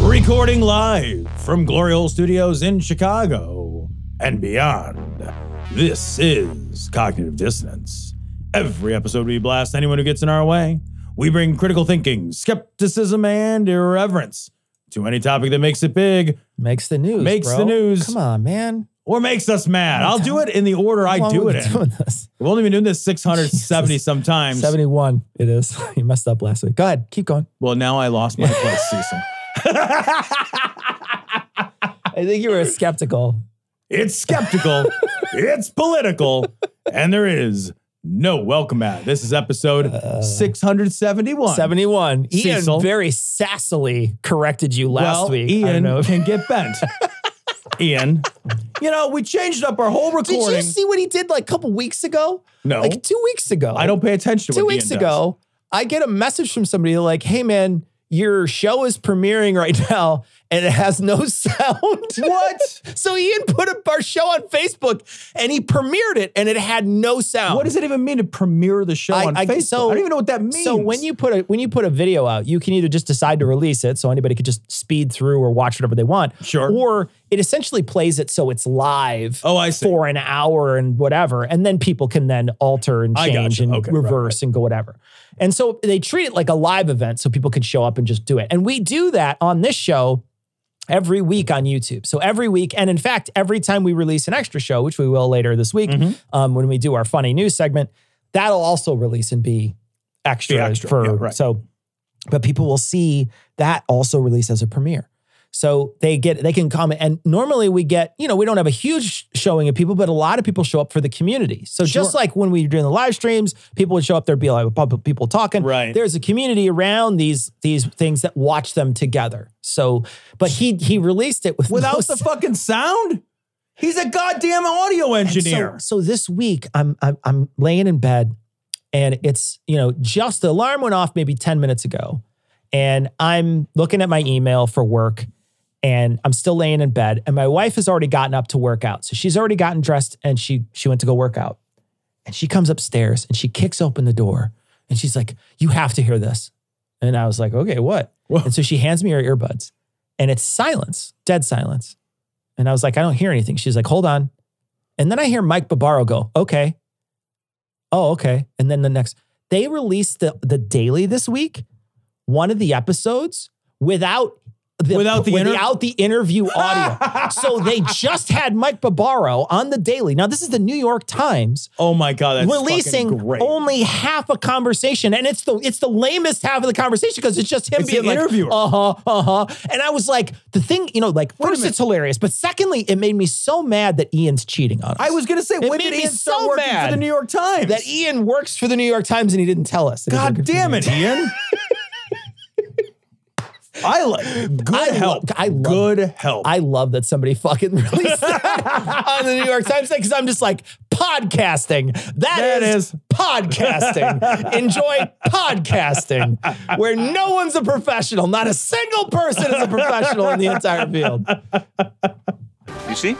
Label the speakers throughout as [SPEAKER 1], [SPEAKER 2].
[SPEAKER 1] Recording live from Glory Hole Studios in Chicago and beyond. This is Cognitive Dissonance. Every episode, we blast anyone who gets in our way. We bring critical thinking, skepticism, and irreverence to any topic that makes it big
[SPEAKER 2] Makes the news.
[SPEAKER 1] Makes the
[SPEAKER 2] bro.
[SPEAKER 1] news.
[SPEAKER 2] Come on, man.
[SPEAKER 1] or makes us mad. I'll do it in the order
[SPEAKER 2] How
[SPEAKER 1] I
[SPEAKER 2] long
[SPEAKER 1] do
[SPEAKER 2] we
[SPEAKER 1] it in.
[SPEAKER 2] been Doing this.
[SPEAKER 1] We've only been doing this 670 sometimes.
[SPEAKER 2] Seventy-one. It is. you messed up last week. Go ahead. Keep going.
[SPEAKER 1] Well, now I lost my place, Cecil.
[SPEAKER 2] I think you were skeptical.
[SPEAKER 1] It's skeptical, it's political, and there is no welcome mat. This is episode
[SPEAKER 2] Uh,
[SPEAKER 1] 671.
[SPEAKER 2] Seventy-one. Ian
[SPEAKER 1] Cecil.
[SPEAKER 2] very sassily corrected you last
[SPEAKER 1] well,
[SPEAKER 2] week.
[SPEAKER 1] Ian
[SPEAKER 2] I don't know. if-
[SPEAKER 1] can get bent. Ian, you know, we changed up our whole
[SPEAKER 2] Did
[SPEAKER 1] recording.
[SPEAKER 2] you see what he did like a couple weeks ago?
[SPEAKER 1] no,
[SPEAKER 2] Like two weeks ago.
[SPEAKER 1] I don't pay attention to
[SPEAKER 2] two
[SPEAKER 1] what
[SPEAKER 2] weeks
[SPEAKER 1] Ian does.
[SPEAKER 2] ago, I get a message from somebody like, "Hey, man, your show is premiering right now, and it has no sound."
[SPEAKER 1] What?
[SPEAKER 2] so Ian put up our show on Facebook, and he premiered it, and it had no sound.
[SPEAKER 1] What does it even mean to premiere the show
[SPEAKER 2] I-
[SPEAKER 1] on
[SPEAKER 2] I-
[SPEAKER 1] Facebook?
[SPEAKER 2] so-
[SPEAKER 1] I don't even know what that means.
[SPEAKER 2] So when you put a when you put a video out, you can either just decide to release it, so anybody could just speed through or watch whatever they want.
[SPEAKER 1] Sure.
[SPEAKER 2] Or it essentially plays it so it's live.
[SPEAKER 1] Oh, I see.
[SPEAKER 2] For an hour and whatever, and then people can then alter and
[SPEAKER 1] I
[SPEAKER 2] change
[SPEAKER 1] gotcha.
[SPEAKER 2] and
[SPEAKER 1] Okay, right,
[SPEAKER 2] reverse and go whatever. And so they treat it like a live event, so people can show up and just do it. And we do that on this show every week on YouTube. So every week, and in fact, every time we release an extra show, which we will later this week,
[SPEAKER 1] Mm-hmm.
[SPEAKER 2] um, when we do our funny news segment, that'll also release and be extra,
[SPEAKER 1] Be extra,
[SPEAKER 2] for
[SPEAKER 1] yeah, right.
[SPEAKER 2] so. But people will see that also released as a premiere. So they get they can comment, and normally we get you know we don't have a huge showing of people, but a lot of people show up for the community. So just
[SPEAKER 1] Sure.
[SPEAKER 2] like when we were doing the live streams, people would show up. There'd be like pub- people talking.
[SPEAKER 1] Right.
[SPEAKER 2] There's a community around these these things that watch them together. So, but he he released it with no
[SPEAKER 1] without the fucking sound, he's a goddamn audio
[SPEAKER 2] and so-
[SPEAKER 1] engineer.
[SPEAKER 2] So, this week, I'm, I'm I'm laying in bed, and it's you know just the alarm went off maybe ten minutes ago, and I'm looking at my email for work, and I'm still laying in bed, and my wife has already gotten up to work out, so she's already gotten dressed, and she she went to go work out, and she comes upstairs and she kicks open the door, and she's like, "You have to hear this," and I was like, "Okay, what?"
[SPEAKER 1] Whoa.
[SPEAKER 2] And so she hands me her earbuds, and it's silence, dead silence. And I was like, I don't hear anything. She's like, hold on. And then I hear Mike Barbaro go, okay. Oh, okay. And then the next, they released the, the daily this week, one of the episodes without the,
[SPEAKER 1] Without the inter-
[SPEAKER 2] without the interview audio. so they just had Mike Barbaro on the daily. Now, this is the New York Times
[SPEAKER 1] oh my god, that's fucking
[SPEAKER 2] releasing
[SPEAKER 1] great.
[SPEAKER 2] only half a conversation, and it's the it's the lamest half of the conversation because it's just him
[SPEAKER 1] It's the
[SPEAKER 2] being like,
[SPEAKER 1] interviewer.
[SPEAKER 2] uh huh, uh huh. And I was like, the thing, you know, like
[SPEAKER 1] a
[SPEAKER 2] first
[SPEAKER 1] minute.
[SPEAKER 2] it's hilarious, but secondly, it made me so mad that Ian's cheating on us.
[SPEAKER 1] I was gonna say, when
[SPEAKER 2] made
[SPEAKER 1] did
[SPEAKER 2] me
[SPEAKER 1] Ian start
[SPEAKER 2] so
[SPEAKER 1] working for
[SPEAKER 2] mad
[SPEAKER 1] the New York Times?
[SPEAKER 2] that Ian works for the New York Times and he didn't tell us. that he's
[SPEAKER 1] God
[SPEAKER 2] working for the
[SPEAKER 1] damn
[SPEAKER 2] New York
[SPEAKER 1] it, Ian. I like good
[SPEAKER 2] I lo-
[SPEAKER 1] help.
[SPEAKER 2] I love-
[SPEAKER 1] good help.
[SPEAKER 2] I love that somebody fucking released that on the New York Times because I'm just like podcasting.
[SPEAKER 1] That
[SPEAKER 2] that is,
[SPEAKER 1] is-
[SPEAKER 2] podcasting. Enjoy podcasting, where no one's a professional. Not a single person is a professional in the entire field.
[SPEAKER 3] You see?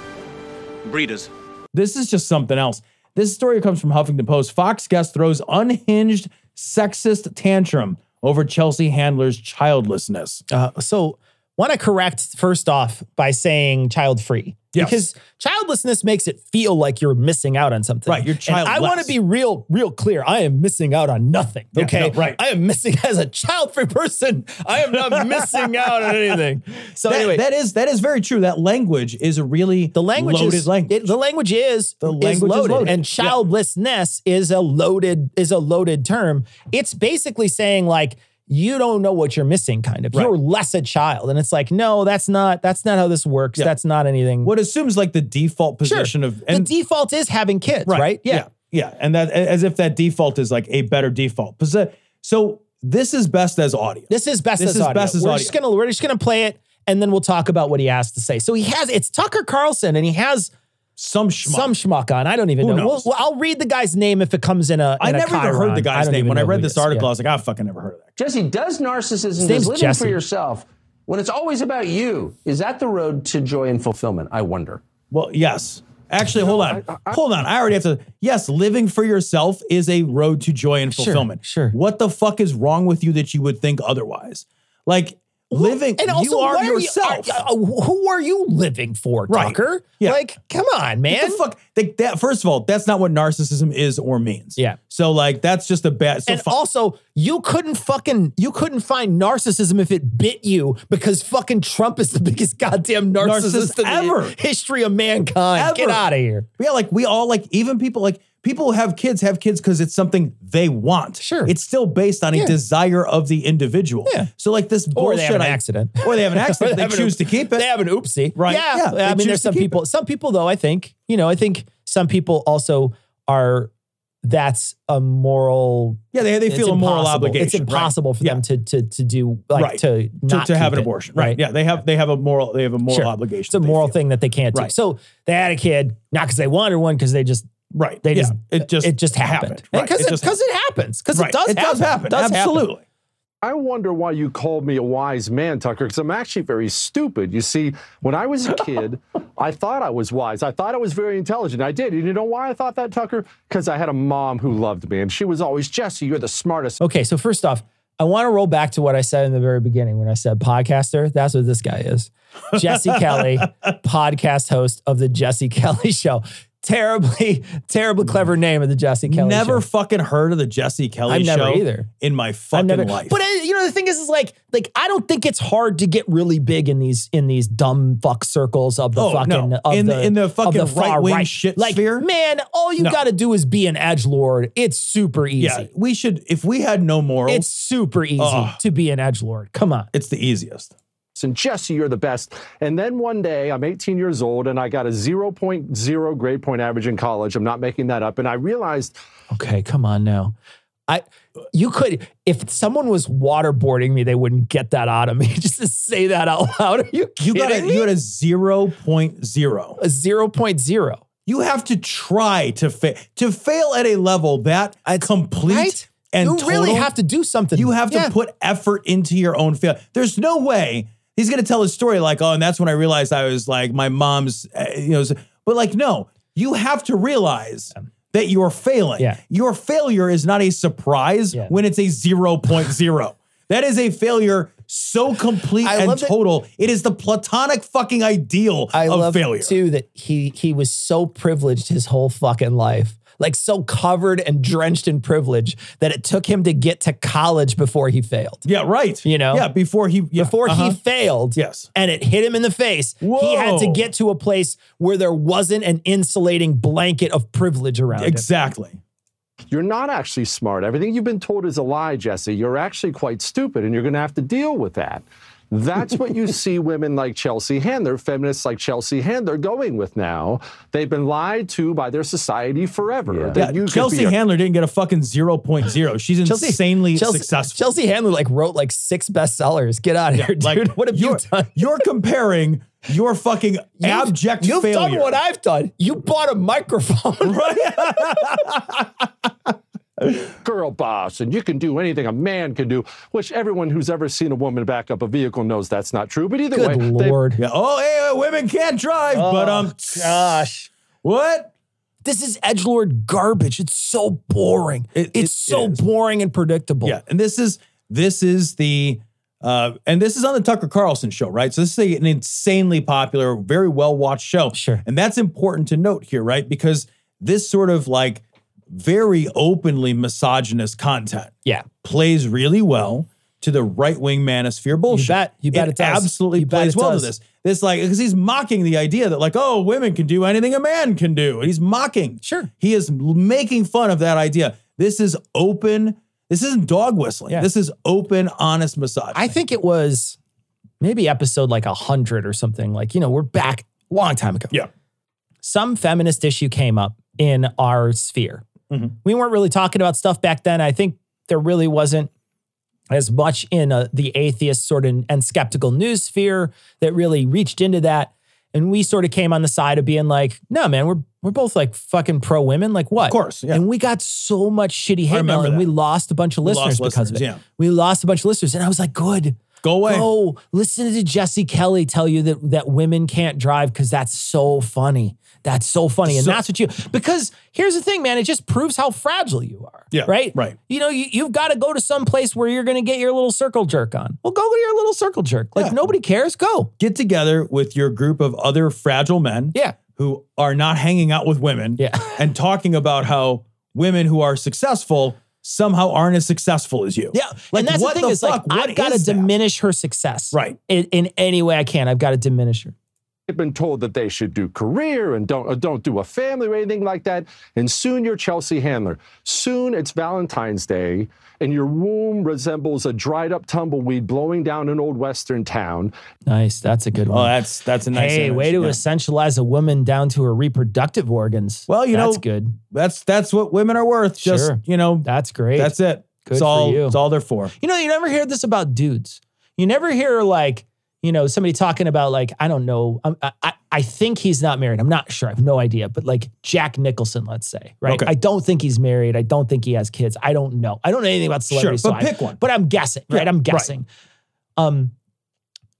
[SPEAKER 3] Breeders.
[SPEAKER 1] this is just something else. This story comes from Huffington Post. Fox guest throws unhinged sexist tantrum over Chelsea Handler's childlessness.
[SPEAKER 2] Uh, so, want to correct first off by saying child free.
[SPEAKER 1] Yes.
[SPEAKER 2] Because childlessness makes it feel like you're missing out on something.
[SPEAKER 1] Right, you're
[SPEAKER 2] And I want
[SPEAKER 1] childless.
[SPEAKER 2] to be real, real clear. I am missing out on nothing.
[SPEAKER 1] Yeah,
[SPEAKER 2] Okay.
[SPEAKER 1] no, right.
[SPEAKER 2] I am missing as a child free person. I am not missing out on anything. So,
[SPEAKER 1] That-
[SPEAKER 2] anyway,
[SPEAKER 1] that is that is very true. That language is a really
[SPEAKER 2] the language
[SPEAKER 1] loaded
[SPEAKER 2] is
[SPEAKER 1] language.
[SPEAKER 2] it- the language is
[SPEAKER 1] The
[SPEAKER 2] is
[SPEAKER 1] language is
[SPEAKER 2] loaded,
[SPEAKER 1] loaded.
[SPEAKER 2] and
[SPEAKER 1] Yeah.
[SPEAKER 2] childlessness is a loaded is a loaded term. It's basically saying like you don't know what you're missing, kind of.
[SPEAKER 1] Right.
[SPEAKER 2] You're less a child, and it's like no, that's not that's not how this works.
[SPEAKER 1] Yeah.
[SPEAKER 2] That's not anything.
[SPEAKER 1] what assumes like the default
[SPEAKER 2] Sure.
[SPEAKER 1] position of
[SPEAKER 2] the default is having kids, right?
[SPEAKER 1] Right, yeah. Yeah, and that as if that default is like a better default. Posse- So this is best as audio.
[SPEAKER 2] This is best
[SPEAKER 1] This
[SPEAKER 2] as
[SPEAKER 1] is
[SPEAKER 2] audio.
[SPEAKER 1] best as
[SPEAKER 2] we're
[SPEAKER 1] audio.
[SPEAKER 2] just gonna we're just gonna play it and then we'll talk about what he has to say. So he has it's Tucker Carlson and he has
[SPEAKER 1] Some schmuck.
[SPEAKER 2] some schmuck on. I don't even
[SPEAKER 1] Who
[SPEAKER 2] know.
[SPEAKER 1] knows?
[SPEAKER 2] Well, I'll read the guy's name if it comes in a.
[SPEAKER 1] I
[SPEAKER 2] in a
[SPEAKER 1] never even heard the
[SPEAKER 2] chyron.
[SPEAKER 1] guy's
[SPEAKER 2] don't
[SPEAKER 1] name
[SPEAKER 2] even
[SPEAKER 1] when I
[SPEAKER 2] know who
[SPEAKER 1] read
[SPEAKER 2] he
[SPEAKER 1] this
[SPEAKER 2] is. Yeah.
[SPEAKER 1] article. I was like, "Ah, I fucking never heard of that.
[SPEAKER 4] Jesse, does narcissism,
[SPEAKER 2] name's
[SPEAKER 4] does living
[SPEAKER 2] Jesse.
[SPEAKER 4] for yourself, when it's always about you, is that the road to joy and fulfillment? I wonder.
[SPEAKER 1] Well, yes. Actually, hold on. hold on. I already have to. Yes, living for yourself is a road to joy and fulfillment.
[SPEAKER 2] sure.
[SPEAKER 1] What the fuck is wrong with you that you would think otherwise? Like living,
[SPEAKER 2] And also,
[SPEAKER 1] you are
[SPEAKER 2] why are
[SPEAKER 1] yourself.
[SPEAKER 2] You, are- uh, who are you living for,
[SPEAKER 1] Right.
[SPEAKER 2] Tucker?
[SPEAKER 1] Yeah.
[SPEAKER 2] Like, come on, man.
[SPEAKER 1] What the fuck? Like that. First of all, that's not what narcissism is or means.
[SPEAKER 2] Yeah.
[SPEAKER 1] So like, that's just a bad. So
[SPEAKER 2] and
[SPEAKER 1] fuck.
[SPEAKER 2] also, you couldn't fucking you couldn't find narcissism if it bit you because fucking Trump is the biggest goddamn narcissist,
[SPEAKER 1] Narcissist
[SPEAKER 2] in the
[SPEAKER 1] ever.
[SPEAKER 2] history of mankind. Get
[SPEAKER 1] Ever.
[SPEAKER 2] out of here.
[SPEAKER 1] Yeah, like we all like even people like people who have kids have kids because it's something they want.
[SPEAKER 2] Sure.
[SPEAKER 1] It's still based on
[SPEAKER 2] Yeah.
[SPEAKER 1] a desire of the individual.
[SPEAKER 2] Yeah.
[SPEAKER 1] So like this
[SPEAKER 2] Or they
[SPEAKER 1] bullshit
[SPEAKER 2] have an
[SPEAKER 1] I-
[SPEAKER 2] accident.
[SPEAKER 1] Or they have an
[SPEAKER 2] Or
[SPEAKER 1] accident.
[SPEAKER 2] they
[SPEAKER 1] they
[SPEAKER 2] have an
[SPEAKER 1] choose
[SPEAKER 2] oop-
[SPEAKER 1] to keep it.
[SPEAKER 2] They have an oopsie.
[SPEAKER 1] Right.
[SPEAKER 2] Yeah.
[SPEAKER 1] Yeah, they
[SPEAKER 2] I mean,
[SPEAKER 1] choose
[SPEAKER 2] there's
[SPEAKER 1] to
[SPEAKER 2] some
[SPEAKER 1] keep
[SPEAKER 2] people, some people though, I think, you know, I think some people also are, that's a moral.
[SPEAKER 1] yeah, they, they
[SPEAKER 2] it's
[SPEAKER 1] feel a moral
[SPEAKER 2] impossible.
[SPEAKER 1] obligation.
[SPEAKER 2] It's impossible for them
[SPEAKER 1] Yeah.
[SPEAKER 2] to, to, to do like
[SPEAKER 1] Right.
[SPEAKER 2] to
[SPEAKER 1] to,
[SPEAKER 2] not
[SPEAKER 1] to have
[SPEAKER 2] keep
[SPEAKER 1] an
[SPEAKER 2] it,
[SPEAKER 1] abortion. Right. Yeah. They have they have a moral they have a moral
[SPEAKER 2] Sure.
[SPEAKER 1] obligation.
[SPEAKER 2] It's a
[SPEAKER 1] that they
[SPEAKER 2] moral
[SPEAKER 1] feel.
[SPEAKER 2] thing that they can't do.
[SPEAKER 1] Right.
[SPEAKER 2] So they had a kid, not because they wanted one, because they just,
[SPEAKER 1] Right.
[SPEAKER 2] they
[SPEAKER 1] yeah.
[SPEAKER 2] just,
[SPEAKER 1] it just
[SPEAKER 2] it just happened.
[SPEAKER 1] Right.
[SPEAKER 2] Because
[SPEAKER 1] It
[SPEAKER 2] it,
[SPEAKER 1] just
[SPEAKER 2] 'cause it happens. Because
[SPEAKER 1] Right.
[SPEAKER 2] it does happen. It does happen.
[SPEAKER 1] Absolutely.
[SPEAKER 5] I wonder why you called me a wise man, Tucker, because I'm actually very stupid. You see, when I was a kid, I thought I was wise. I thought I was very intelligent. I did. And you know why I thought that, Tucker? Because I had a mom who loved me, and she was always, Jesse, you're the smartest
[SPEAKER 2] Okay. So first off, I want to roll back to what I said in the very beginning when I said podcaster. That's what this guy is. Jesse Kelly, podcast host of the Jesse Kelly Show. Terribly, terribly clever name of the Jesse Kelly
[SPEAKER 1] Never
[SPEAKER 2] Show.
[SPEAKER 1] fucking heard of the Jesse Kelly
[SPEAKER 2] I've never
[SPEAKER 1] show
[SPEAKER 2] either.
[SPEAKER 1] in my
[SPEAKER 2] I've
[SPEAKER 1] fucking
[SPEAKER 2] never-
[SPEAKER 1] life.
[SPEAKER 2] But uh, you know the thing is, is like, like I don't think it's hard to get really big in these in these dumb fuck circles of the
[SPEAKER 1] Oh,
[SPEAKER 2] fucking
[SPEAKER 1] no.
[SPEAKER 2] of
[SPEAKER 1] In the- in the
[SPEAKER 2] of
[SPEAKER 1] fucking
[SPEAKER 2] far
[SPEAKER 1] right-wing
[SPEAKER 2] right.
[SPEAKER 1] shit
[SPEAKER 2] Like,
[SPEAKER 1] sphere?
[SPEAKER 2] man, all you
[SPEAKER 1] No.
[SPEAKER 2] got to do is be an edge lord. It's super easy.
[SPEAKER 1] yeah, we should if we had no morals,
[SPEAKER 2] It's
[SPEAKER 1] it's,
[SPEAKER 2] super easy
[SPEAKER 1] Ugh.
[SPEAKER 2] to be an edge lord. Come on.
[SPEAKER 1] the easiest.
[SPEAKER 5] and Jesse, you're the best. And then one day, I'm 18 years old, and I got a 0.0 grade point average in college. I'm not making that up. And I realized
[SPEAKER 2] Okay, come on now. I you could if someone was waterboarding me, they wouldn't get that out of me. Just to say that out loud. Are you
[SPEAKER 1] You
[SPEAKER 2] kidding
[SPEAKER 1] got a,
[SPEAKER 2] me?
[SPEAKER 1] you got a 0.0.
[SPEAKER 2] a zero point zero.
[SPEAKER 1] You have to try to fail to fail at a level that complete
[SPEAKER 2] Right?
[SPEAKER 1] and
[SPEAKER 2] you really
[SPEAKER 1] total,
[SPEAKER 2] have to do something.
[SPEAKER 1] You have
[SPEAKER 2] Yeah.
[SPEAKER 1] to put effort into your own fail. There's no way he's going to tell his story like, oh, and that's when I realized I was like my mom's, uh, you know, s- but like, no, you have to realize that you're failing.
[SPEAKER 2] Yeah.
[SPEAKER 1] Your failure is not a surprise
[SPEAKER 2] Yeah.
[SPEAKER 1] when it's a 0.0. that is a failure so complete
[SPEAKER 2] I
[SPEAKER 1] and
[SPEAKER 2] love that-
[SPEAKER 1] total. it is the platonic fucking ideal
[SPEAKER 2] I
[SPEAKER 1] of
[SPEAKER 2] love
[SPEAKER 1] failure.
[SPEAKER 2] too that he he was so privileged his whole fucking life. Like so covered and drenched in privilege that it took him to get to college before he failed.
[SPEAKER 1] Yeah, right.
[SPEAKER 2] You know?
[SPEAKER 1] Yeah, before he yeah,
[SPEAKER 2] before
[SPEAKER 1] uh-huh.
[SPEAKER 2] he failed.
[SPEAKER 1] Yes.
[SPEAKER 2] And it hit him in the face. He had to
[SPEAKER 1] Whoa.
[SPEAKER 2] get to a place where there wasn't an insulating blanket of privilege around him.
[SPEAKER 1] Exactly.
[SPEAKER 5] You're not actually smart. Everything you've been told is a lie, Jesse. You're actually quite stupid, and you're going to have to deal with that. That's what you see women like Chelsea Handler, feminists like Chelsea Handler, going with now. They've been lied to by their society forever. that
[SPEAKER 1] Yeah,
[SPEAKER 5] you could be
[SPEAKER 1] Chelsea
[SPEAKER 5] a-
[SPEAKER 1] Handler didn't get a fucking 0.0. She's insanely
[SPEAKER 2] Chelsea,
[SPEAKER 1] successful.
[SPEAKER 2] Chelsea Handler like wrote like six bestsellers. Get out of here, dude.
[SPEAKER 1] Like,
[SPEAKER 2] what have you
[SPEAKER 1] you're-
[SPEAKER 2] done?
[SPEAKER 1] You're comparing your fucking
[SPEAKER 2] You've-
[SPEAKER 1] abject
[SPEAKER 2] You've
[SPEAKER 1] failure.
[SPEAKER 2] done what I've done. You bought a microphone.
[SPEAKER 1] Right?
[SPEAKER 5] girl boss and you can do anything a man can do, which everyone who's ever seen a woman back up a vehicle knows that's not true. But either way,
[SPEAKER 2] Good
[SPEAKER 5] they-
[SPEAKER 2] lord.
[SPEAKER 1] Yeah, Oh, hey, uh, women can't drive, but
[SPEAKER 2] Oh,
[SPEAKER 1] um,
[SPEAKER 2] gosh.
[SPEAKER 1] what?
[SPEAKER 2] This is edgelord garbage. It's so boring.
[SPEAKER 1] It-
[SPEAKER 2] it's
[SPEAKER 1] it
[SPEAKER 2] so
[SPEAKER 1] is.
[SPEAKER 2] boring and predictable.
[SPEAKER 1] Yeah, and this is this is the uh, and this is on the Tucker Carlson show, right? So this is a- an insanely popular, very well watched show.
[SPEAKER 2] Sure.
[SPEAKER 1] and that's important to note here, right? Because this sort of like very openly misogynist content
[SPEAKER 2] Yeah.
[SPEAKER 1] plays really well to the right wing manosphere bullshit.
[SPEAKER 2] bet. You bet it does.
[SPEAKER 1] absolutely
[SPEAKER 2] You bet
[SPEAKER 1] plays
[SPEAKER 2] it
[SPEAKER 1] well
[SPEAKER 2] does.
[SPEAKER 1] to this. This like because he's mocking the idea that like oh women can do anything a man can do. He's mocking.
[SPEAKER 2] Sure.
[SPEAKER 1] he is l- making fun of that idea. This is open. This isn't dog whistling.
[SPEAKER 2] Yeah.
[SPEAKER 1] This is open, honest massage.
[SPEAKER 2] I think it was maybe episode like 100 or something. Like, you know, we're back a long time ago.
[SPEAKER 1] yeah.
[SPEAKER 2] Some feminist issue came up in our sphere.
[SPEAKER 1] Mm-hmm.
[SPEAKER 2] We weren't really talking about stuff back then. I think there really wasn't as much in uh, the atheist sort of and skeptical news sphere that really reached into that. And we sort of came on the side of being like, no, man, we're we're both like fucking pro women. Like what? Of
[SPEAKER 1] course, yeah.
[SPEAKER 2] And we got so much shitty hate mail,
[SPEAKER 1] remember
[SPEAKER 2] and
[SPEAKER 1] that.
[SPEAKER 2] we lost a bunch of listeners
[SPEAKER 1] lost
[SPEAKER 2] because of it.
[SPEAKER 1] listeners, yeah.
[SPEAKER 2] We lost a bunch of listeners, and I was like, good.
[SPEAKER 1] Go away.
[SPEAKER 2] Go listen to Jesse Kelly tell you that that women can't drive because that's so funny. That's so funny, and
[SPEAKER 1] So-
[SPEAKER 2] that's what you. Because here's the thing, man. It just proves how fragile you are.
[SPEAKER 1] Yeah,
[SPEAKER 2] Right.
[SPEAKER 1] right.
[SPEAKER 2] You know, you, you've got to go to some place where you're going to get your little circle jerk on. Well, go to your little circle jerk. Like
[SPEAKER 1] Yeah.
[SPEAKER 2] nobody cares. Go.
[SPEAKER 1] Get together with your group of other fragile men
[SPEAKER 2] Yeah.
[SPEAKER 1] who are not hanging out with women
[SPEAKER 2] Yeah.
[SPEAKER 1] and talking about how women who are successful somehow aren't as successful as you.
[SPEAKER 2] Yeah.
[SPEAKER 1] Like,
[SPEAKER 2] and that's
[SPEAKER 1] what
[SPEAKER 2] the thing
[SPEAKER 1] the
[SPEAKER 2] is
[SPEAKER 1] fuck?
[SPEAKER 2] like
[SPEAKER 1] What
[SPEAKER 2] I've got to
[SPEAKER 1] is that?
[SPEAKER 2] diminish her success.
[SPEAKER 1] Right.
[SPEAKER 2] In, in any way I can. I've got to diminish her.
[SPEAKER 5] They've been told that they should do career and don't uh, don't do a family or anything like that. And soon you're Chelsea Handler. Soon it's Valentine's Day, and your womb resembles a dried up tumbleweed blowing down an old western town.
[SPEAKER 2] Nice. That's a good
[SPEAKER 1] Oh,
[SPEAKER 2] one.
[SPEAKER 1] that's that's a nice.
[SPEAKER 2] hey,
[SPEAKER 1] image.
[SPEAKER 2] way to
[SPEAKER 1] Yeah.
[SPEAKER 2] essentialize a woman down to her reproductive organs.
[SPEAKER 1] Well, you
[SPEAKER 2] that's
[SPEAKER 1] know-
[SPEAKER 2] good.
[SPEAKER 1] That's that's what women are worth. Just
[SPEAKER 2] Sure.
[SPEAKER 1] you know,
[SPEAKER 2] That's great.
[SPEAKER 1] that's it.
[SPEAKER 2] Good
[SPEAKER 1] it's
[SPEAKER 2] for
[SPEAKER 1] all
[SPEAKER 2] you.
[SPEAKER 1] it's all they're for.
[SPEAKER 2] You know, you never hear this about dudes. You never hear like, you know, somebody talking about like, I don't know, I'm- I, I, I think he's not married. I'm not sure. I have no idea. But like Jack Nicholson, let's say, right?
[SPEAKER 1] Okay.
[SPEAKER 2] I don't think he's married. I don't think he has kids. I don't know. I don't know anything about celebrities.
[SPEAKER 1] but
[SPEAKER 2] so I-
[SPEAKER 1] pick one.
[SPEAKER 2] But I'm guessing, right?
[SPEAKER 1] Yeah,
[SPEAKER 2] I'm
[SPEAKER 1] right.
[SPEAKER 2] guessing. Um,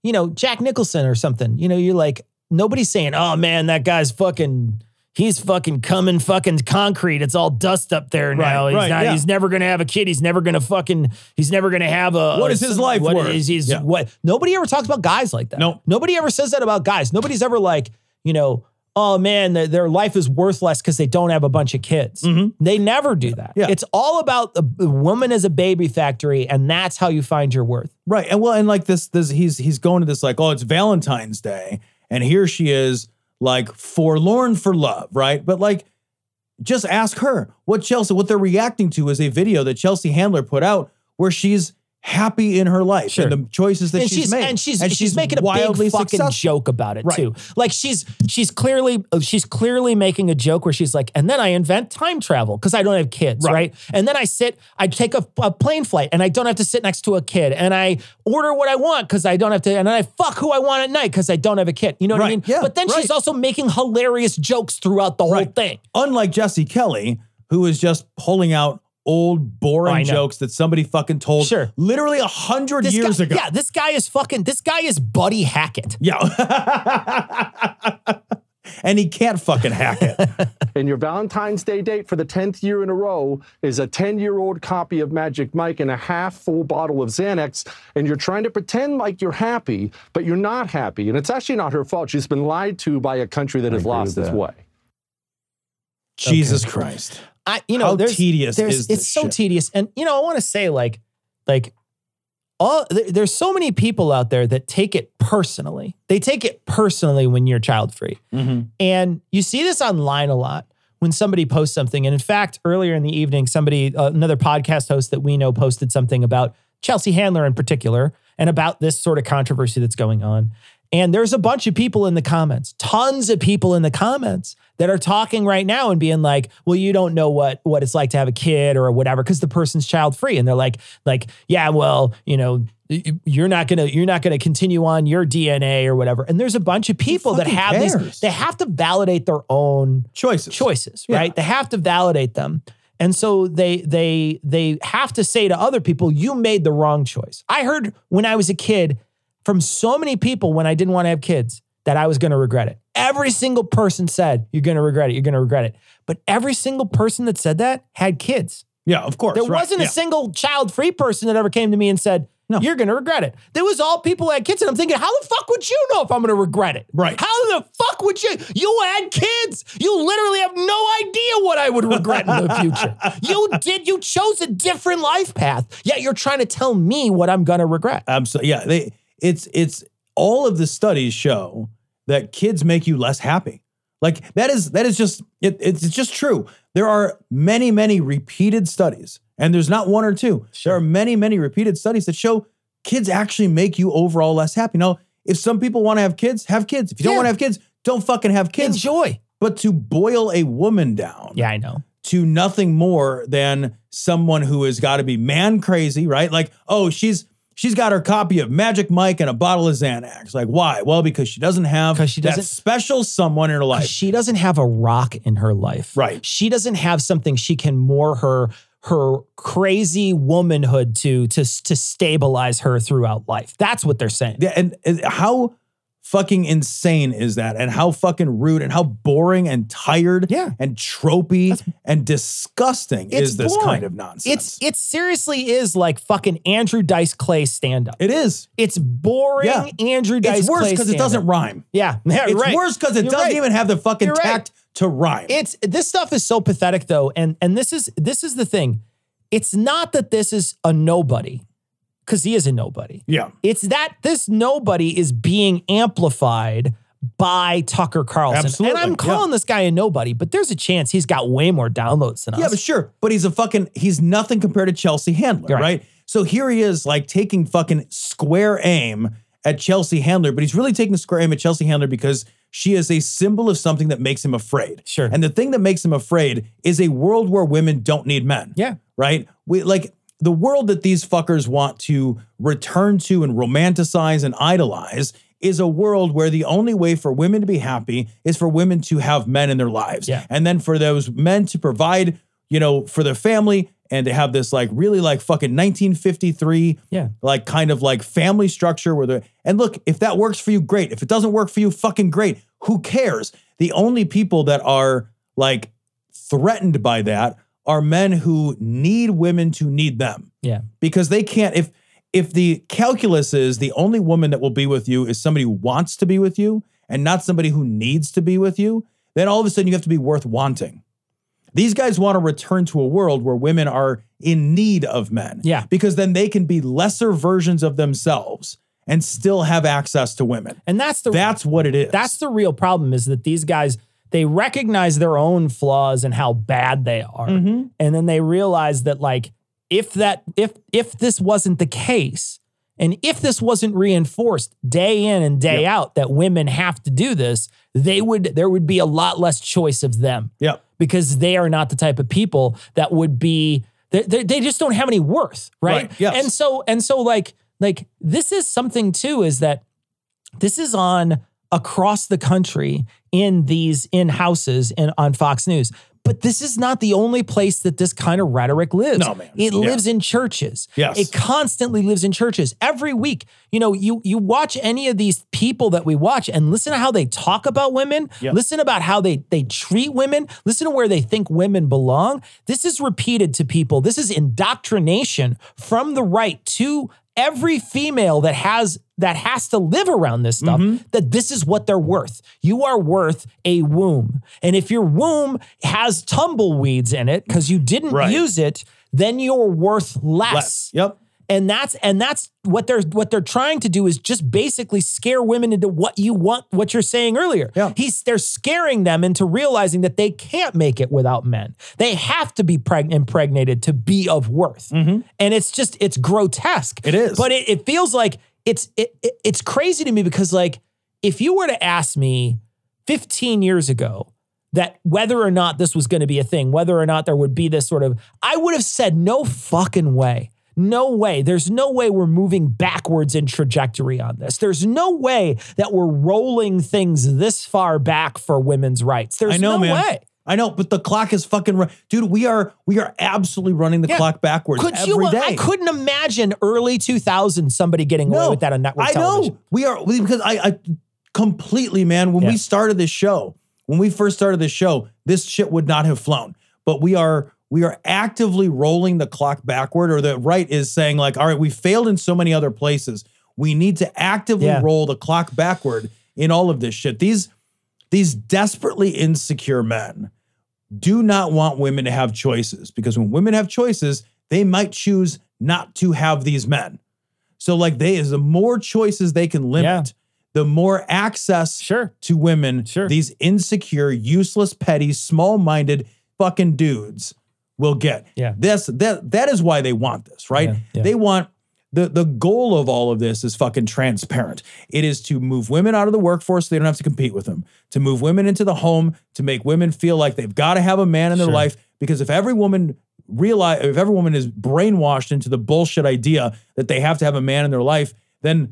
[SPEAKER 2] you know, Jack Nicholson or something. You know, you're like nobody's saying, "Oh man, that guy's fucking." He's fucking coming fucking concrete. It's all dust up there now. he's
[SPEAKER 1] right,
[SPEAKER 2] not.
[SPEAKER 1] yeah.
[SPEAKER 2] He's never gonna have a kid. He's never gonna fucking. He's never gonna have a.
[SPEAKER 1] What is his life
[SPEAKER 2] What
[SPEAKER 1] worth?
[SPEAKER 2] is his
[SPEAKER 1] Yeah.
[SPEAKER 2] what? Nobody ever talks about guys like that.
[SPEAKER 1] Nope.
[SPEAKER 2] Nobody ever says that about guys. Nobody's ever like you know. Oh man, their, their life is worthless because they don't have a bunch of kids. They never do that.
[SPEAKER 1] Mm-hmm. Yeah.
[SPEAKER 2] It's all about the, the woman as a baby factory, and that's how you find your worth.
[SPEAKER 1] Right. And well, and like this, this he's he's going to this like, oh, it's Valentine's Day, and here she is, like forlorn for love, right? But like, just ask her what Chelsea, what they're reacting to is a video that Chelsea Handler put out where she's happy in her life
[SPEAKER 2] Sure.
[SPEAKER 1] and the choices that
[SPEAKER 2] and
[SPEAKER 1] she's,
[SPEAKER 2] she's,
[SPEAKER 1] made,
[SPEAKER 2] and she's, she's making a big fucking joke about it
[SPEAKER 1] Right.
[SPEAKER 2] too. Like she's she's clearly she's clearly making a joke where she's like, and then I invent time travel because I don't have kids, right. And then I sit, I take a, a plane flight, and I don't have to sit next to a kid, and I order what I want because I don't have to, and then I fuck who I want at night because I don't have a kid. You know what I
[SPEAKER 1] Right.
[SPEAKER 2] mean?
[SPEAKER 1] Yeah.
[SPEAKER 2] but then she's
[SPEAKER 1] Right.
[SPEAKER 2] also making hilarious jokes throughout the whole
[SPEAKER 1] Right.
[SPEAKER 2] thing.
[SPEAKER 1] Unlike Jesse Kelly, who is just pulling out old
[SPEAKER 2] I
[SPEAKER 1] boring
[SPEAKER 2] know.
[SPEAKER 1] jokes that somebody fucking told
[SPEAKER 2] Sure.
[SPEAKER 1] literally a hundred
[SPEAKER 2] This
[SPEAKER 1] years
[SPEAKER 2] guy,
[SPEAKER 1] ago.
[SPEAKER 2] yeah, this guy is fucking. This guy is Buddy Hackett.
[SPEAKER 1] Yeah. and he can't fucking hack it.
[SPEAKER 5] And your Valentine's Day date for the 10th year in a row is a 10 year old copy of Magic Mike and a half full bottle of Xanax. And you're trying to pretend like you're happy, but you're not happy. And it's actually not her fault. She's been lied to by a country that has
[SPEAKER 6] agree
[SPEAKER 5] lost
[SPEAKER 6] with
[SPEAKER 5] its
[SPEAKER 6] that.
[SPEAKER 5] way.
[SPEAKER 1] Jesus Christ.
[SPEAKER 2] I you know
[SPEAKER 1] How
[SPEAKER 2] there's,
[SPEAKER 1] tedious
[SPEAKER 2] there's,
[SPEAKER 1] is
[SPEAKER 2] it's
[SPEAKER 1] this
[SPEAKER 2] so
[SPEAKER 1] shit?
[SPEAKER 2] tedious and you know I want to say like like all there, there's so many people out there that take it personally they take it personally when you're child free
[SPEAKER 1] Mm-hmm.
[SPEAKER 2] and you see this online a lot when somebody posts something and in fact earlier in the evening somebody uh, another podcast host that we know posted something about Chelsea Handler in particular and about this sort of controversy that's going on and there's a bunch of people in the comments, tons of people in the comments that are talking right now and being like, "Well, you don't know what what it's like to have a kid or whatever because the person's child free." And they're like like, "Yeah, well, you know, y- y- you're not going to you're not going to continue on your DNA or whatever." And there's a bunch of people that
[SPEAKER 1] fucking
[SPEAKER 2] have these
[SPEAKER 1] cares?
[SPEAKER 2] they have to validate their own
[SPEAKER 1] Choices.
[SPEAKER 2] choices, right? They have to validate them. And so they they they have to say to other people, you made the wrong choice. I heard when I was a kid from so many people when I didn't want to have kids that I was going to regret it. Every single person said, you're going to regret it, you're going to regret it. But every single person that said that had kids.
[SPEAKER 1] Yeah, of course.
[SPEAKER 2] There
[SPEAKER 1] right,
[SPEAKER 2] wasn't
[SPEAKER 1] yeah.
[SPEAKER 2] a single child-free person that ever came to me and said,
[SPEAKER 1] No.
[SPEAKER 2] You're gonna regret it. There was all people that had kids, and I'm thinking, how the fuck would you know if I'm gonna regret it?
[SPEAKER 1] Right.
[SPEAKER 2] How the fuck would you? You had kids. You literally have no idea what I would regret in the future. You did. You chose a different life path. Yet you're trying to tell me what I'm gonna regret.
[SPEAKER 1] Absolutely. Yeah, they it's it's all of the studies show that kids make you less happy. Like that is that is just it, it's it's just true. There are many many repeated studies, and there's not one or two. There are many many repeated studies that show kids actually make you overall less happy. Now, if some people want to have kids, have kids. If you don't
[SPEAKER 2] Yeah.
[SPEAKER 1] want to have kids, don't fucking have kids.
[SPEAKER 2] Enjoy.
[SPEAKER 1] But to boil a woman down
[SPEAKER 2] Yeah, I know.
[SPEAKER 1] to nothing more than someone who has got to be man crazy, right? Like, oh, she's she's got her copy of Magic Mike and a bottle of Xanax. Like, why? Well, because she doesn't have
[SPEAKER 2] 'Cause she
[SPEAKER 1] that
[SPEAKER 2] doesn't-
[SPEAKER 1] special someone in her life.
[SPEAKER 2] She doesn't have a rock in her life.
[SPEAKER 1] Right.
[SPEAKER 2] She doesn't have something she can moor her her crazy womanhood to to to stabilize her throughout life. That's what they're saying.
[SPEAKER 1] Yeah, and, and how fucking insane is that? And how fucking rude and how boring and tired
[SPEAKER 2] Yeah.
[SPEAKER 1] and tropey and disgusting
[SPEAKER 2] It's
[SPEAKER 1] is this
[SPEAKER 2] boring.
[SPEAKER 1] kind of nonsense?
[SPEAKER 2] It's it seriously is like fucking Andrew Dice Clay stand up.
[SPEAKER 1] it is.
[SPEAKER 2] It's boring
[SPEAKER 1] Yeah.
[SPEAKER 2] Andrew Dice
[SPEAKER 1] It's worse
[SPEAKER 2] Clay
[SPEAKER 1] because it doesn't
[SPEAKER 2] stand-up.
[SPEAKER 1] rhyme.
[SPEAKER 2] Yeah. yeah
[SPEAKER 1] It's
[SPEAKER 2] right.
[SPEAKER 1] worse because it
[SPEAKER 2] You're
[SPEAKER 1] doesn't
[SPEAKER 2] right.
[SPEAKER 1] even have the fucking
[SPEAKER 2] You're right.
[SPEAKER 1] tact to rhyme.
[SPEAKER 2] It's this stuff is so pathetic though, and and this is this is the thing. It's not that this is a nobody, because he is a nobody.
[SPEAKER 1] yeah.
[SPEAKER 2] It's that this nobody is being amplified by Tucker Carlson.
[SPEAKER 1] Absolutely,
[SPEAKER 2] And I'm calling this guy a nobody, but there's a chance he's got way more downloads than us.
[SPEAKER 1] Yeah, but sure. But he's a fucking, he's nothing compared to Chelsea Handler,
[SPEAKER 2] Right.
[SPEAKER 1] right. So here he is, like taking fucking square aim at Chelsea Handler, but he's really taking square aim at Chelsea Handler because she is a symbol of something that makes him afraid.
[SPEAKER 2] Sure.
[SPEAKER 1] And the thing that makes him afraid is a world where women don't need men.
[SPEAKER 2] Yeah.
[SPEAKER 1] Right? We like the world that these fuckers want to return to and romanticize and idolize is a world where the only way for women to be happy is for women to have men in their lives.
[SPEAKER 2] Yeah.
[SPEAKER 1] And then for those men to provide, you know, for their family and to have this like really like fucking 1953
[SPEAKER 2] Yeah.
[SPEAKER 1] like kind of like family structure where the and look if that works for you great if it doesn't work for you fucking great who cares the only people that are like threatened by that are men who need women to need them
[SPEAKER 2] Yeah.
[SPEAKER 1] because they can't if if the calculus is the only woman that will be with you is somebody who wants to be with you and not somebody who needs to be with you then all of a sudden you have to be worth wanting these guys want to return to a world where women are in need of men
[SPEAKER 2] Yeah.
[SPEAKER 1] because then they can be lesser versions of themselves and still have access to women
[SPEAKER 2] And that's the
[SPEAKER 1] that's what it is
[SPEAKER 2] that's the real problem is that these guys they recognize their own flaws and how bad they are.
[SPEAKER 1] Mhm.
[SPEAKER 2] And then they realize that like if that if if this wasn't the case and if this wasn't reinforced day in and day out that women have to do this, they would there would be a lot less choice of them
[SPEAKER 1] yeah
[SPEAKER 2] because they are not the type of people that would be they, they, they just don't have any worth right,
[SPEAKER 1] Right, yes.
[SPEAKER 2] and so and so like like this is something too is that this is on across the country in these in houses and on fox news but this is not the only place that this kind of rhetoric lives
[SPEAKER 1] No, man.
[SPEAKER 2] it
[SPEAKER 1] Yeah.
[SPEAKER 2] lives in churches
[SPEAKER 1] Yes.
[SPEAKER 2] it constantly lives in churches every week you know you you watch any of these people that we watch and listen to how they talk about women
[SPEAKER 1] Yeah.
[SPEAKER 2] listen about how they they treat women listen to where they think women belong this is repeated to people this is indoctrination from the right to every female that has that has to live around this stuff
[SPEAKER 1] Mm-hmm.
[SPEAKER 2] that this is what they're worth you are worth a womb and if your womb has tumbleweeds in it because you didn't
[SPEAKER 1] Right.
[SPEAKER 2] use it then you're worth less,
[SPEAKER 1] Less. yep
[SPEAKER 2] and that's and that's what they're what they're trying to do is just basically scare women into what you want what you're saying earlier
[SPEAKER 1] Yeah.
[SPEAKER 2] he's they're scaring them into realizing that they can't make it without men they have to be preg- impregnated to be of worth and it's just it's grotesque
[SPEAKER 1] Mm-hmm. It is.
[SPEAKER 2] but it, it feels like it's it, it, it's crazy to me because like if you were to ask me 15 years ago that whether or not this was going to be a thing, whether or not there would be this sort of, I would have said, no fucking way. No way. There's no way we're moving backwards in trajectory on this. There's no way that we're rolling things this far back for women's rights. There's
[SPEAKER 1] I know,
[SPEAKER 2] no
[SPEAKER 1] man.
[SPEAKER 2] way.
[SPEAKER 1] I know, but the clock is fucking run. Dude, we are we are absolutely running the
[SPEAKER 2] Yeah.
[SPEAKER 1] clock backwards
[SPEAKER 2] Could
[SPEAKER 1] every
[SPEAKER 2] you?
[SPEAKER 1] day.
[SPEAKER 2] I couldn't imagine early 2000s somebody getting away with that on network
[SPEAKER 1] I
[SPEAKER 2] television.
[SPEAKER 1] know. We are we- because I, I completely, man, when
[SPEAKER 2] Yeah.
[SPEAKER 1] we started this show, when we first started this show, this shit would not have flown. But we are we are actively rolling the clock backward, or the right is saying, like, all right, we failed in so many other places. We need to actively
[SPEAKER 2] Yeah.
[SPEAKER 1] roll the clock backward in all of this shit. These these desperately insecure men do not want women to have choices because when women have choices, they might choose not to have these men. So like they is the more choices they can limit,
[SPEAKER 2] Yeah.
[SPEAKER 1] the more access
[SPEAKER 2] Sure.
[SPEAKER 1] to women
[SPEAKER 2] Sure.
[SPEAKER 1] these insecure, useless, petty, small-minded fucking dudes will get.
[SPEAKER 2] Yeah.
[SPEAKER 1] This that that is why they want this, right?
[SPEAKER 2] Yeah, yeah.
[SPEAKER 1] They want the the goal of all of this is fucking transparent. It is to move women out of the workforce so they don't have to compete with them, to move women into the home, to make women feel like they've got to have a man in their
[SPEAKER 2] Sure.
[SPEAKER 1] life because if every woman realize if every woman is brainwashed into the bullshit idea that they have to have a man in their life, then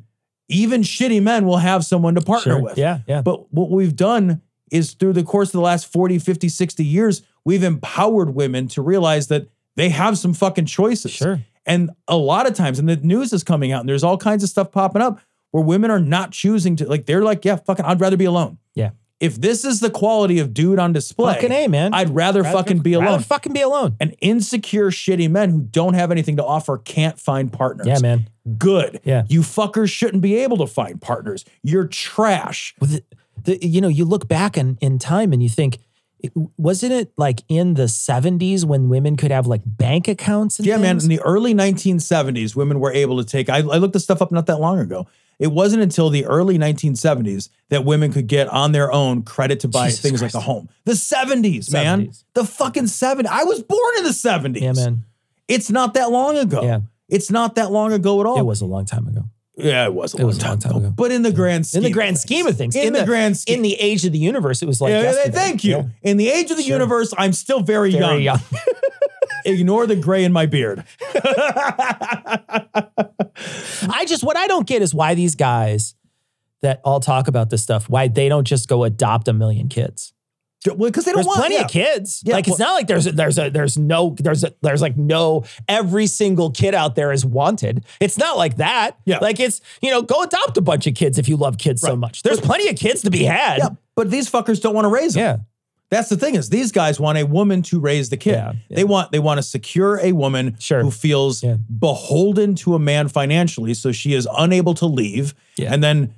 [SPEAKER 1] even shitty men will have someone to partner
[SPEAKER 2] Sure.
[SPEAKER 1] with.
[SPEAKER 2] Yeah, yeah.
[SPEAKER 1] But what we've done is through the course of the last 40, 50, 60 years, we've empowered women to realize that they have some fucking choices.
[SPEAKER 2] Sure.
[SPEAKER 1] And a lot of times, and the news is coming out, and there's all kinds of stuff popping up where women are not choosing to, like, they're like, yeah, fucking, I'd rather be alone.
[SPEAKER 2] Yeah.
[SPEAKER 1] If this is the quality of dude on display,
[SPEAKER 2] Fucking A, man.
[SPEAKER 1] I'd rather, fucking be
[SPEAKER 2] Rather
[SPEAKER 1] alone.
[SPEAKER 2] fucking be alone.
[SPEAKER 1] and insecure, shitty men who don't have anything to offer can't find partners.
[SPEAKER 2] Yeah, man.
[SPEAKER 1] Good.
[SPEAKER 2] Yeah.
[SPEAKER 1] You fuckers shouldn't be able to find partners. You're trash.
[SPEAKER 2] Well, the, the, you know, you look back in, in time and you think, it- wasn't it like in the 70s when women could have like bank accounts and
[SPEAKER 1] Yeah, man.
[SPEAKER 2] things?
[SPEAKER 1] In the early 1970s, women were able to take. I, I looked this stuff up not that long ago. It wasn't until the early 1970s that women could get on their own credit to buy
[SPEAKER 2] Jesus
[SPEAKER 1] things like
[SPEAKER 2] Christ.
[SPEAKER 1] a home. The 70s, man.
[SPEAKER 2] 70s.
[SPEAKER 1] The fucking 70s. I was born in the 70s.
[SPEAKER 2] Yeah, man.
[SPEAKER 1] It's not that long ago.
[SPEAKER 2] Yeah.
[SPEAKER 1] It's not that long ago at all.
[SPEAKER 2] It was a long time ago.
[SPEAKER 1] Yeah, it was a,
[SPEAKER 2] It
[SPEAKER 1] long,
[SPEAKER 2] was a
[SPEAKER 1] time
[SPEAKER 2] long time
[SPEAKER 1] ago.
[SPEAKER 2] ago.
[SPEAKER 1] But in the grand scheme
[SPEAKER 2] In the grand scheme of things,
[SPEAKER 1] In, the, grand scheme.
[SPEAKER 2] in the age of the universe, it was like,
[SPEAKER 1] Yeah, yeah,
[SPEAKER 2] yesterday.
[SPEAKER 1] thank you.
[SPEAKER 2] Yeah.
[SPEAKER 1] In the age of the universe, I'm still very, young.
[SPEAKER 2] Very young.
[SPEAKER 1] Ignore the gray in my beard.
[SPEAKER 2] I just what I don't get is why these guys that all talk about this stuff, why they don't just go adopt a million kids.
[SPEAKER 1] Because they don't
[SPEAKER 2] There's
[SPEAKER 1] want
[SPEAKER 2] plenty
[SPEAKER 1] yeah.
[SPEAKER 2] of kids.
[SPEAKER 1] Yeah,
[SPEAKER 2] like it's
[SPEAKER 1] well-
[SPEAKER 2] not like there's there's a there's no there's a, there's like no every single kid out there is wanted. It's not like that.
[SPEAKER 1] Yeah.
[SPEAKER 2] Like it's you know go adopt a bunch of kids if you love kids so
[SPEAKER 1] Right.
[SPEAKER 2] much. There's plenty of kids to be had.
[SPEAKER 1] Yeah, but these fuckers don't want to raise them.
[SPEAKER 2] Yeah.
[SPEAKER 1] That's the thing is these guys want a woman to raise the kid.
[SPEAKER 2] Yeah, yeah.
[SPEAKER 1] They want they want to secure a woman
[SPEAKER 2] Sure.
[SPEAKER 1] who feels
[SPEAKER 2] Yeah.
[SPEAKER 1] beholden to a man financially, so she is unable to leave
[SPEAKER 2] Yeah.
[SPEAKER 1] and then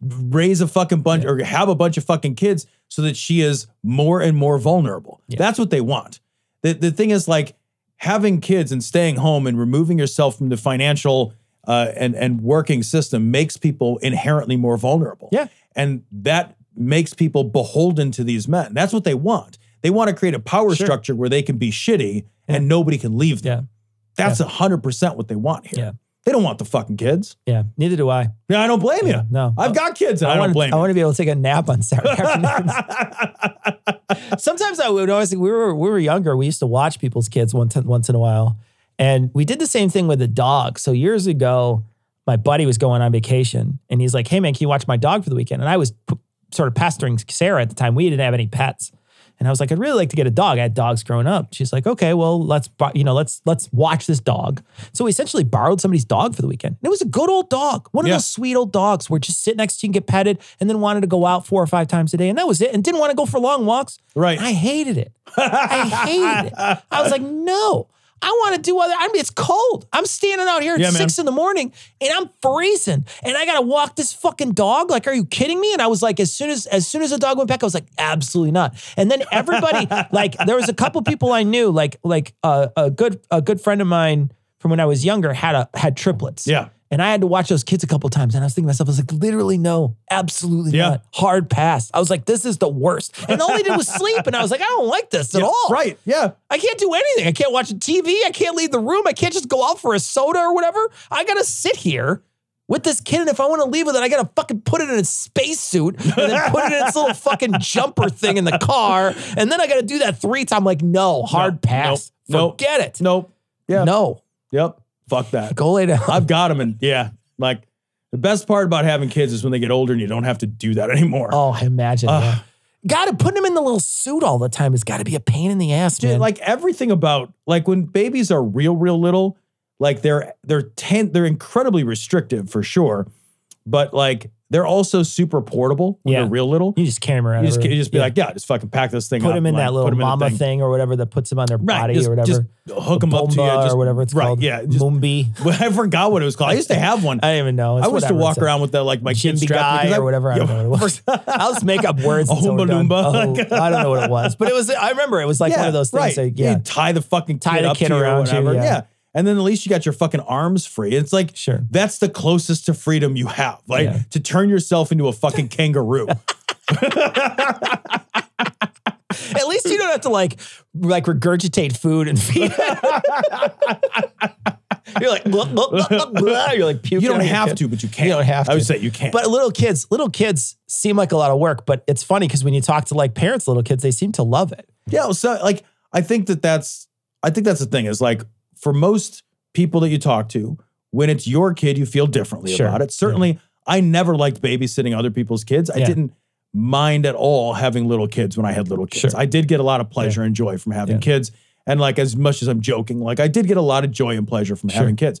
[SPEAKER 1] raise a fucking bunch or have a bunch of fucking kids so that she is more and more vulnerable. That's what they want. The the thing is like having kids and staying home and removing yourself from the financial uh, and and working system makes people inherently more vulnerable.
[SPEAKER 2] Yeah.
[SPEAKER 1] and that makes people beholden to these men. That's what they want. They want to create a power
[SPEAKER 2] Sure.
[SPEAKER 1] structure where they can be shitty and nobody can leave them.
[SPEAKER 2] Yeah.
[SPEAKER 1] That's a hundred percent what they want here.
[SPEAKER 2] Yeah.
[SPEAKER 1] They don't want the fucking kids.
[SPEAKER 2] Yeah. Neither do I.
[SPEAKER 1] Yeah, I don't blame you.
[SPEAKER 2] No.
[SPEAKER 1] I've got kids and I,
[SPEAKER 2] want
[SPEAKER 1] don't
[SPEAKER 2] to,
[SPEAKER 1] blame
[SPEAKER 2] I
[SPEAKER 1] you.
[SPEAKER 2] want to be able to take a nap on Saturday afternoons. Sometimes I would always we were we were younger. We used to watch people's kids once once in a while, and we did the same thing with a dog. So years ago, my buddy was going on vacation, and he's like, "Hey man, can you watch my dog for the weekend?" And I was p- sort of pestering Sarah at the time. We didn't have any pets. And I was like, I'd really like to get a dog. I had dogs growing up. She's like, okay, well, let's, bu- you know, let's let's watch this dog. So we essentially borrowed somebody's dog for the weekend. And it was a good old dog, one
[SPEAKER 1] Yeah.
[SPEAKER 2] of those sweet old dogs where just sit next to you and get petted, and then wanted to go out four or five times a day, and that was it. And didn't want to go for long walks.
[SPEAKER 1] Right.
[SPEAKER 2] I hated it. I hated it. I was like, no. I want to do other. I mean, it's cold. I'm standing out here at
[SPEAKER 1] Yeah, man.
[SPEAKER 2] six in the morning and I'm freezing, and I gotta walk this fucking dog. Like, are you kidding me? And I was like, as soon as as soon as the dog went back, I was like, absolutely not. And then everybody, like, there was a couple people I knew, like like uh, a good a good friend of mine from when I was younger had a had triplets.
[SPEAKER 1] Yeah.
[SPEAKER 2] And I had to watch those kids a couple times, and I was thinking to myself, I was like, literally no, absolutely
[SPEAKER 1] Yeah.
[SPEAKER 2] not, hard pass. I was like, this is the worst. And all they did was sleep, and I was like, I don't like this at all.
[SPEAKER 1] Right. Yeah.
[SPEAKER 2] I can't do anything. I can't watch TV. I can't leave the room. I can't just go out for a soda or whatever. I gotta sit here with this kid, and if I want to leave with it, I gotta fucking put it in its spacesuit and then put it in its little fucking jumper thing in the car, and then I gotta do that three times. I'm like, no, hard pass.
[SPEAKER 1] nope, nope,
[SPEAKER 2] Forget it.
[SPEAKER 1] Nope. Yeah.
[SPEAKER 2] No,
[SPEAKER 1] Yep. Fuck that.
[SPEAKER 2] go lay down.
[SPEAKER 1] I've got them, and yeah, like the best part about having kids is when they get older and you don't have to do that anymore.
[SPEAKER 2] Oh, I imagine.
[SPEAKER 1] Ugh.
[SPEAKER 2] yeah. Got to put him in the little suit all the time has got to be a pain in the ass,
[SPEAKER 1] Dude,
[SPEAKER 2] man.
[SPEAKER 1] like everything about like when babies are real, real little, like they're they're ten, they're incredibly restrictive for sure, but like they're also super portable when
[SPEAKER 2] Yeah.
[SPEAKER 1] they're real little.
[SPEAKER 2] you just carry him around.
[SPEAKER 1] You just
[SPEAKER 2] everywhere.
[SPEAKER 1] you just be
[SPEAKER 2] Yeah.
[SPEAKER 1] like, yeah, just fucking pack this thing
[SPEAKER 2] put
[SPEAKER 1] up,
[SPEAKER 2] him in
[SPEAKER 1] like,
[SPEAKER 2] that little
[SPEAKER 1] put 'em in the
[SPEAKER 2] mama thing. or whatever that puts him on their
[SPEAKER 1] Right,
[SPEAKER 2] body
[SPEAKER 1] just-
[SPEAKER 2] or whatever.
[SPEAKER 1] just hook 'em up to you,
[SPEAKER 2] Bomba
[SPEAKER 1] just-
[SPEAKER 2] or whatever it's
[SPEAKER 1] right,
[SPEAKER 2] called.
[SPEAKER 1] yeah, just-
[SPEAKER 2] Mumbi.
[SPEAKER 1] Well, I forgot what it was called. I used to have one.
[SPEAKER 2] I don't even know. It's
[SPEAKER 1] I used to
[SPEAKER 2] whatever
[SPEAKER 1] walk
[SPEAKER 2] it's a-
[SPEAKER 1] around with that, like my kid
[SPEAKER 2] Jimby
[SPEAKER 1] strapped
[SPEAKER 2] guy
[SPEAKER 1] because I-
[SPEAKER 2] or whatever. I don't know what it was. I'll just make up words.
[SPEAKER 1] A
[SPEAKER 2] until we're
[SPEAKER 1] Hoomba
[SPEAKER 2] done.
[SPEAKER 1] Loomba.
[SPEAKER 2] Oh, I don't know what it was, but it was. I remember it was like one of those things. that- yeah,
[SPEAKER 1] You tie the fucking
[SPEAKER 2] Tie
[SPEAKER 1] kid
[SPEAKER 2] the
[SPEAKER 1] up
[SPEAKER 2] kid
[SPEAKER 1] to you or
[SPEAKER 2] around you,
[SPEAKER 1] whatever.
[SPEAKER 2] yeah.
[SPEAKER 1] yeah. And then at least you got your fucking arms free. It's like
[SPEAKER 2] Sure.
[SPEAKER 1] that's the closest to freedom you have. Like
[SPEAKER 2] Yeah.
[SPEAKER 1] to turn yourself into a fucking kangaroo.
[SPEAKER 2] At least you don't have to like like regurgitate food and feed it. You're like, blah, blah, blah, blah, blah. you're like puking.
[SPEAKER 1] You don't
[SPEAKER 2] on your
[SPEAKER 1] have
[SPEAKER 2] kid.
[SPEAKER 1] to, but you can.
[SPEAKER 2] You don't have to.
[SPEAKER 1] I would say you can.
[SPEAKER 2] But little kids, little kids seem like a lot of work, but it's funny because when you talk to like parents, of little kids, they seem to love it.
[SPEAKER 1] Yeah, so like I think that that's I think that's the thing is like for most people that you talk to, when it's your kid, you feel differently
[SPEAKER 2] Sure.
[SPEAKER 1] about it. Certainly, I never liked babysitting other people's kids. I
[SPEAKER 2] Yeah.
[SPEAKER 1] didn't mind at all having little kids when I had little kids.
[SPEAKER 2] Sure.
[SPEAKER 1] I did get a lot of pleasure and joy from having
[SPEAKER 2] Yeah.
[SPEAKER 1] kids, and like as much as I'm joking, like I did get a lot of joy and pleasure from
[SPEAKER 2] Sure.
[SPEAKER 1] having kids.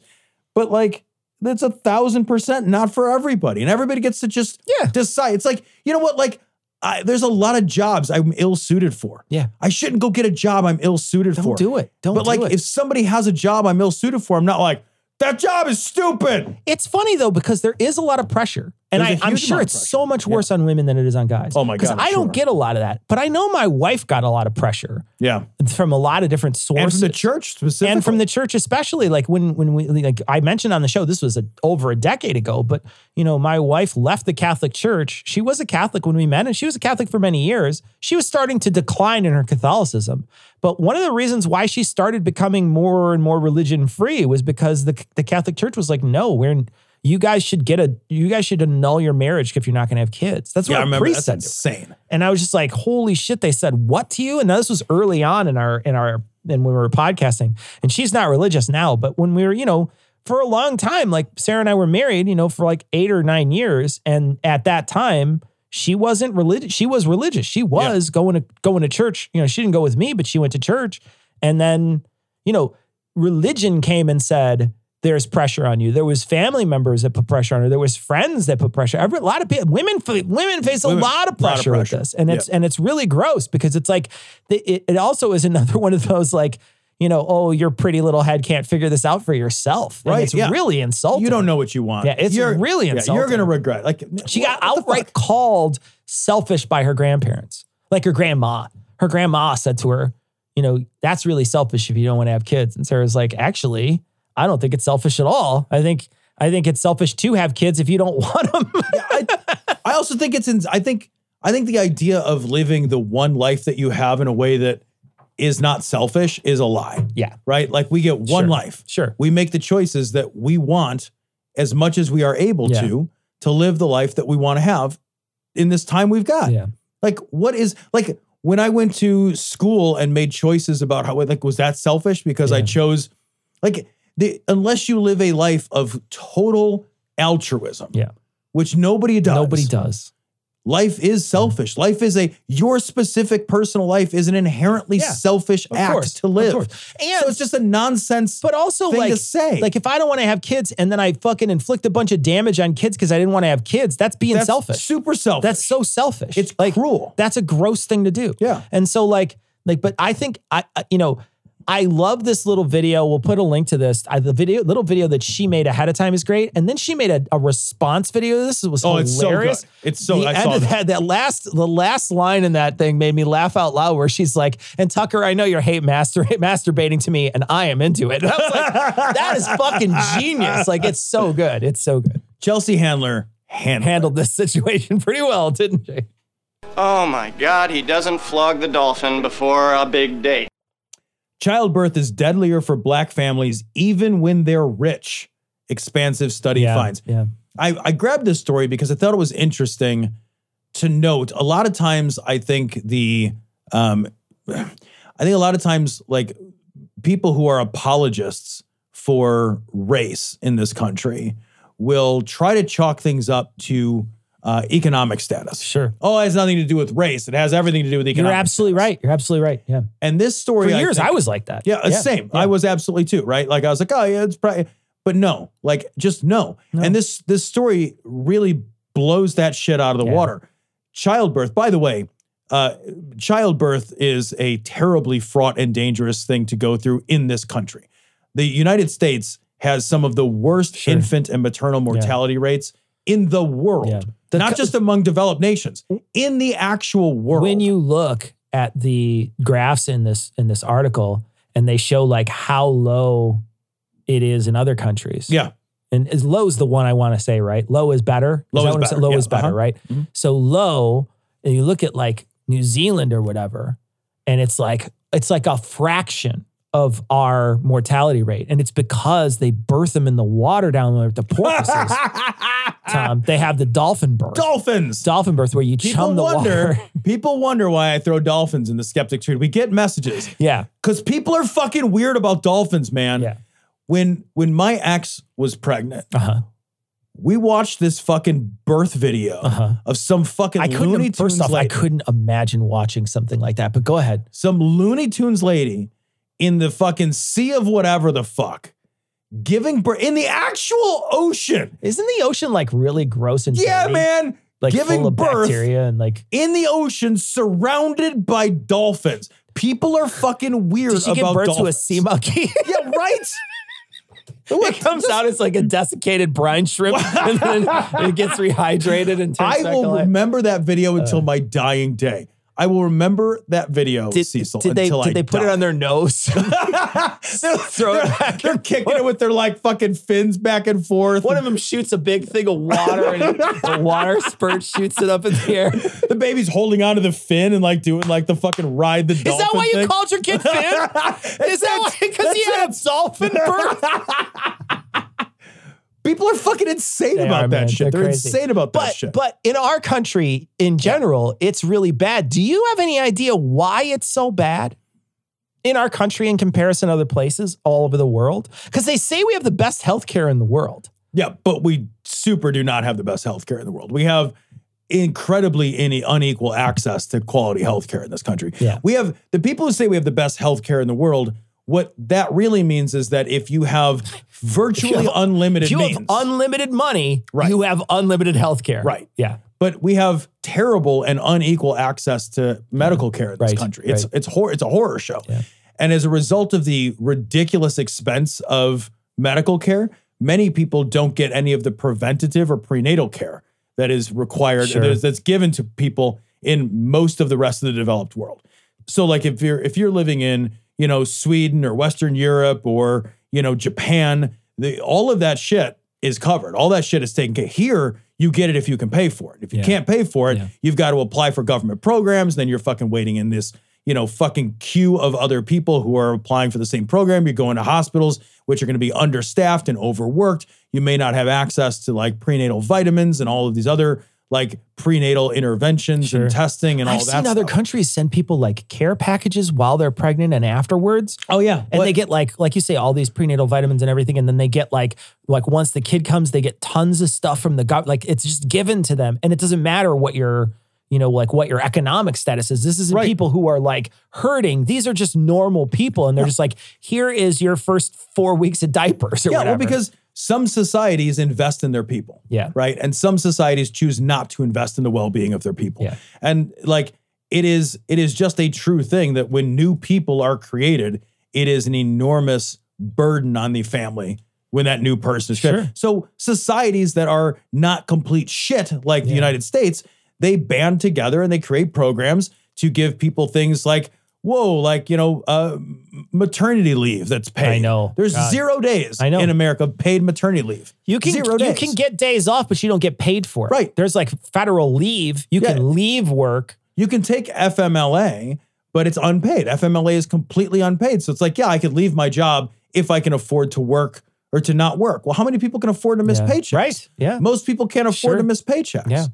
[SPEAKER 1] But like that's a thousand percent not for everybody, and everybody gets to just
[SPEAKER 2] Yeah.
[SPEAKER 1] decide. It's like you know what, like. I, there's a lot of jobs I'm ill suited for.
[SPEAKER 2] Yeah.
[SPEAKER 1] I shouldn't go get a job I'm ill suited
[SPEAKER 2] Don't
[SPEAKER 1] for.
[SPEAKER 2] do it. Don't
[SPEAKER 1] but
[SPEAKER 2] do
[SPEAKER 1] like,
[SPEAKER 2] it.
[SPEAKER 1] if somebody has a job I'm ill suited for, I'm not like that job is stupid.
[SPEAKER 2] It's funny though because there is a lot of pressure, and I,
[SPEAKER 1] There's a
[SPEAKER 2] I'm
[SPEAKER 1] huge
[SPEAKER 2] sure
[SPEAKER 1] amount of
[SPEAKER 2] it's
[SPEAKER 1] pressure.
[SPEAKER 2] so much worse on women than it is on guys.
[SPEAKER 1] Oh my
[SPEAKER 2] Because
[SPEAKER 1] God,
[SPEAKER 2] I
[SPEAKER 1] I'm
[SPEAKER 2] don't
[SPEAKER 1] sure.
[SPEAKER 2] get a lot of that, but I know my wife got a lot of pressure
[SPEAKER 1] Yeah,
[SPEAKER 2] from a lot of different
[SPEAKER 1] and from
[SPEAKER 2] sources.
[SPEAKER 1] the church specifically,
[SPEAKER 2] and from the church especially like when when we like i mentioned on the show this was a, over a decade ago but you know my wife left the catholic church she was a catholic when we met and she was a catholic for many years she was starting to decline in her catholicism but one of the reasons why she started becoming more and more religion free was because the, the catholic church was like no we're you guys should get a you guys should annul your marriage if you're not going to have kids that's what
[SPEAKER 1] yeah, I
[SPEAKER 2] a
[SPEAKER 1] remember
[SPEAKER 2] priest
[SPEAKER 1] that's
[SPEAKER 2] said to her.
[SPEAKER 1] insane.
[SPEAKER 2] And I was just like, holy shit, they said what to you? And now this was early on in our in our and when we were podcasting. And she's not religious now, but when we were, you know, for a long time, like Sarah and I were married, you know, for like eight or nine years. And at that time, she wasn't religious. She was religious. She was going to going to church. You know, she didn't go with me, but she went to church. And then, you know, religion came and said, there's pressure on you. There was family members that put pressure on her. There was friends that put pressure. Every, a lot of people, women, fa- women face a
[SPEAKER 1] Women-
[SPEAKER 2] lot of
[SPEAKER 1] lot of
[SPEAKER 2] pressure, with
[SPEAKER 1] pressure.
[SPEAKER 2] this, and it's and it's really gross because it's like the- it, it also is another one of those like you know oh your pretty little head can't figure this out for yourself. And
[SPEAKER 1] Right,
[SPEAKER 2] it's
[SPEAKER 1] yeah.
[SPEAKER 2] really insulting.
[SPEAKER 1] You don't know what you want.
[SPEAKER 2] Yeah, it's
[SPEAKER 1] you're,
[SPEAKER 2] really
[SPEAKER 1] yeah,
[SPEAKER 2] insulting.
[SPEAKER 1] you're gonna regret. Like
[SPEAKER 2] She
[SPEAKER 1] what-
[SPEAKER 2] got
[SPEAKER 1] what the fuck?
[SPEAKER 2] outright called selfish by her grandparents, like her grandma. Her grandma said to her, You know, that's really selfish if you don't want to have kids. And Sarah's like, Actually, I don't think it's selfish at all. I think. I think it's selfish to have kids if you don't want them.
[SPEAKER 1] I also think it's in, I think I think the idea of living the one life that you have in a way that is not selfish is a lie.
[SPEAKER 2] Yeah.
[SPEAKER 1] Right? Like we get one
[SPEAKER 2] Sure.
[SPEAKER 1] life.
[SPEAKER 2] Sure.
[SPEAKER 1] We make the choices that we want as much as we are able
[SPEAKER 2] Yeah.
[SPEAKER 1] to to live the life that we want to have in this time we've got. Like what is like when I went to school and made choices about how like was that selfish because I
[SPEAKER 2] Yeah.
[SPEAKER 1] chose like the unless you live a life of total altruism.
[SPEAKER 2] Yeah.
[SPEAKER 1] Which nobody does.
[SPEAKER 2] Nobody does.
[SPEAKER 1] Life
[SPEAKER 2] Mm-hmm.
[SPEAKER 1] is selfish. Life is a your specific personal life is an inherently
[SPEAKER 2] Yeah,
[SPEAKER 1] selfish
[SPEAKER 2] of
[SPEAKER 1] act
[SPEAKER 2] course,
[SPEAKER 1] to
[SPEAKER 2] of
[SPEAKER 1] live.
[SPEAKER 2] course.
[SPEAKER 1] And so it's just a nonsense.
[SPEAKER 2] But also,
[SPEAKER 1] thing
[SPEAKER 2] like,
[SPEAKER 1] to say.
[SPEAKER 2] like if I don't want to have kids and then I fucking inflict a bunch of damage on kids because I didn't want to have kids, that's being
[SPEAKER 1] that's
[SPEAKER 2] selfish.
[SPEAKER 1] Super selfish.
[SPEAKER 2] That's so selfish.
[SPEAKER 1] It's
[SPEAKER 2] like
[SPEAKER 1] cruel.
[SPEAKER 2] That's a gross thing to do.
[SPEAKER 1] Yeah.
[SPEAKER 2] And so like like but I think I I- you know I love this little video. We'll put a link to this. I, the video little video that she made ahead of time is great, and then she made a, a response video. This was
[SPEAKER 1] Oh, it's so
[SPEAKER 2] hilarious.
[SPEAKER 1] good. It's so-
[SPEAKER 2] the
[SPEAKER 1] I
[SPEAKER 2] end
[SPEAKER 1] saw
[SPEAKER 2] of
[SPEAKER 1] that.
[SPEAKER 2] that that last the last line in that thing made me laugh out loud. Where she's like, "And Tucker, I know you're hate master masturbating to me, and I am into it." And I was like, "That is fucking genius! Like it's so good. It's so good."
[SPEAKER 1] Chelsea Handler handled.
[SPEAKER 2] Handled this situation pretty well, didn't she?
[SPEAKER 6] Oh my god, he doesn't flog the dolphin before a big date.
[SPEAKER 1] Childbirth is deadlier for black families even when they're rich. Expansive study finds.
[SPEAKER 2] Yeah.
[SPEAKER 1] I, I grabbed this story because I thought it was interesting to note. A lot of times, I think the, um, I think a lot of times, like people who are apologists for race in this country will try to chalk things up to uh, economic status.
[SPEAKER 2] Sure.
[SPEAKER 1] Oh, it has nothing to do with race. It has everything to do with
[SPEAKER 2] You're
[SPEAKER 1] economic.
[SPEAKER 2] absolutely right. You're absolutely right. Yeah.
[SPEAKER 1] And this
[SPEAKER 2] For
[SPEAKER 1] story, I
[SPEAKER 2] years,
[SPEAKER 1] think-
[SPEAKER 2] I was like that.
[SPEAKER 1] yeah, uh, same. I was absolutely too, right? Like I was like, oh yeah, it's probably but no, like just no. And this this story really blows that shit out of the
[SPEAKER 2] Yeah.
[SPEAKER 1] water. Childbirth, by the way, uh childbirth is a terribly fraught and dangerous thing to go through in this country. The United States has some of the worst
[SPEAKER 2] Sure.
[SPEAKER 1] infant and maternal mortality rates in the world.
[SPEAKER 2] Yeah. The
[SPEAKER 1] Not
[SPEAKER 2] co-
[SPEAKER 1] just among developed nations, in the actual world.
[SPEAKER 2] When you look at the graphs in this in this article, and they show like how low it is in other countries.
[SPEAKER 1] Yeah.
[SPEAKER 2] And is low is the one I want to say, right? Low is better.
[SPEAKER 1] Low
[SPEAKER 2] that
[SPEAKER 1] is
[SPEAKER 2] what I'm saying?
[SPEAKER 1] better.
[SPEAKER 2] Low
[SPEAKER 1] Yeah,
[SPEAKER 2] is better,
[SPEAKER 1] uh-huh.
[SPEAKER 2] right?
[SPEAKER 1] Mhm.
[SPEAKER 2] So low, and you look at like New Zealand or whatever, and it's like it's like a fraction of our mortality rate. And it's because they birth them in the water down there at the porpoises. Tom, they have the dolphin birth.
[SPEAKER 1] Dolphins.
[SPEAKER 2] dolphin birth where you
[SPEAKER 1] People
[SPEAKER 2] chum the
[SPEAKER 1] wonder.
[SPEAKER 2] water.
[SPEAKER 1] people wonder why I throw dolphins in the skeptic tree. We get messages
[SPEAKER 2] yeah.
[SPEAKER 1] because people are fucking weird about dolphins, man.
[SPEAKER 2] Yeah.
[SPEAKER 1] When when my ex was pregnant,
[SPEAKER 2] Uh-huh.
[SPEAKER 1] we watched this fucking birth video of some fucking
[SPEAKER 2] Uh-huh. I couldn't
[SPEAKER 1] Looney Tunes
[SPEAKER 2] first off, I
[SPEAKER 1] lady.
[SPEAKER 2] couldn't imagine watching something like that. But go ahead.
[SPEAKER 1] some Looney Tunes lady in the fucking sea of whatever the fuck giving birth in the actual ocean.
[SPEAKER 2] Isn't the ocean like really gross and
[SPEAKER 1] Yeah,
[SPEAKER 2] dirty?
[SPEAKER 1] man.
[SPEAKER 2] Like
[SPEAKER 1] giving
[SPEAKER 2] full of
[SPEAKER 1] birth
[SPEAKER 2] bacteria and like
[SPEAKER 1] in the ocean surrounded by dolphins. People are fucking weird
[SPEAKER 2] Did she give
[SPEAKER 1] about
[SPEAKER 2] birth to a
[SPEAKER 1] dolphins.
[SPEAKER 2] sea monkey?
[SPEAKER 1] yeah, right.
[SPEAKER 2] it comes out as like a desiccated brine shrimp, and then it gets rehydrated and turns
[SPEAKER 1] I
[SPEAKER 2] back
[SPEAKER 1] will
[SPEAKER 2] alive.
[SPEAKER 1] remember that
[SPEAKER 2] Uh.
[SPEAKER 1] video until my dying day. I will remember that video,
[SPEAKER 2] Did,
[SPEAKER 1] Cecil.
[SPEAKER 2] did they
[SPEAKER 1] until
[SPEAKER 2] did
[SPEAKER 1] I
[SPEAKER 2] they put
[SPEAKER 1] die.
[SPEAKER 2] it on their nose?
[SPEAKER 1] they're,
[SPEAKER 2] throw
[SPEAKER 1] they're-
[SPEAKER 2] it back
[SPEAKER 1] they're kicking it with their like fucking fins back and forth.
[SPEAKER 2] One of them shoots a big thing of water, and the water spurt shoots it up in the air. Is
[SPEAKER 1] the baby's holding onto the fin and like doing like the fucking ride the dolphin.
[SPEAKER 2] that why you
[SPEAKER 1] thing.
[SPEAKER 2] called your kid Finn? Is that why? Because he
[SPEAKER 1] That's
[SPEAKER 2] had a dolphin birth.
[SPEAKER 1] People are fucking insane
[SPEAKER 2] They
[SPEAKER 1] about
[SPEAKER 2] are,
[SPEAKER 1] that
[SPEAKER 2] man.
[SPEAKER 1] shit. They're,
[SPEAKER 2] They're crazy.
[SPEAKER 1] insane about that
[SPEAKER 2] But
[SPEAKER 1] shit.
[SPEAKER 2] but in our country in general, it's really bad. Do you have any idea why it's so bad? In our country, in comparison to other places all over the world, because they say we have the best healthcare in the world.
[SPEAKER 1] yeah, but we super do not have the best healthcare in the world. We have incredibly any unequal access to quality healthcare in this country.
[SPEAKER 2] Yeah.
[SPEAKER 1] We have the people who say we have the best healthcare in the world. What that really means is that if you have virtually unlimited
[SPEAKER 2] If you
[SPEAKER 1] means,
[SPEAKER 2] have unlimited money,
[SPEAKER 1] Right.
[SPEAKER 2] you have unlimited healthcare.
[SPEAKER 1] Right.
[SPEAKER 2] Yeah.
[SPEAKER 1] but we have terrible and unequal access to medical care in this
[SPEAKER 2] Mm-hmm. Right,
[SPEAKER 1] country. It's
[SPEAKER 2] right.
[SPEAKER 1] it's hor- it's a horror show. And as a result of the ridiculous expense of medical care, many people don't get any of the preventative or prenatal care that is required
[SPEAKER 2] Sure.
[SPEAKER 1] that is- that's given to people in most of the rest of the developed world. So like if you're if you're living in, you know, Sweden or Western Europe or, you know, Japan, the, all of that shit is covered. All that shit is taken care. Here, you get it if you can pay for it. If you
[SPEAKER 2] Yeah.
[SPEAKER 1] can't pay for it,
[SPEAKER 2] Yeah.
[SPEAKER 1] you've got to apply for government programs, then you're fucking waiting in this, you know, fucking queue of other people who are applying for the same program. You're going to hospitals which are going to be understaffed and overworked. You may not have access to like prenatal vitamins and all of these other like prenatal interventions
[SPEAKER 2] Sure.
[SPEAKER 1] and testing and all
[SPEAKER 2] I've
[SPEAKER 1] that
[SPEAKER 2] seen other
[SPEAKER 1] stuff.
[SPEAKER 2] countries send people like care packages while they're pregnant and afterwards.
[SPEAKER 1] Oh yeah.
[SPEAKER 2] and
[SPEAKER 1] What-
[SPEAKER 2] they get like like you say all these prenatal vitamins and everything and then they get like like once the kid comes they get tons of stuff from the government like it's just given to them and it doesn't matter what your you know like what your economic status is this isn't
[SPEAKER 1] Right.
[SPEAKER 2] people who are like hurting these are just normal people and they're just like here is your first four weeks of diapers or
[SPEAKER 1] yeah, well,
[SPEAKER 2] whatever
[SPEAKER 1] because some societies invest in their people.
[SPEAKER 2] Yeah.
[SPEAKER 1] Right. And some societies choose not to invest in the well-being of their people.
[SPEAKER 2] Yeah.
[SPEAKER 1] And like it is it is just a true thing that when new people are created, it is an enormous burden on the family when that new person is created.
[SPEAKER 2] Sure.
[SPEAKER 1] So societies that are not complete shit like the United States, they band together and they create programs to give people things like Whoa, like, you know, uh, m- maternity leave that's paid.
[SPEAKER 2] know.
[SPEAKER 1] There's
[SPEAKER 2] God.
[SPEAKER 1] zero days
[SPEAKER 2] I know.
[SPEAKER 1] in America paid maternity leave.
[SPEAKER 2] you can
[SPEAKER 1] zero
[SPEAKER 2] you
[SPEAKER 1] days.
[SPEAKER 2] can get days off but you don't get paid for it
[SPEAKER 1] Right.
[SPEAKER 2] there's like federal leave you
[SPEAKER 1] Yeah.
[SPEAKER 2] can leave work
[SPEAKER 1] you can take FMLA, but it's unpaid. FMLA is completely unpaid. So it's like, yeah, I could leave my job if I can afford to work or to not work. Well, how many people can afford to miss
[SPEAKER 2] Yeah.
[SPEAKER 1] paychecks?
[SPEAKER 2] Right. Yeah.
[SPEAKER 1] Most people can't afford
[SPEAKER 2] Sure.
[SPEAKER 1] to miss paychecks.
[SPEAKER 2] Yeah.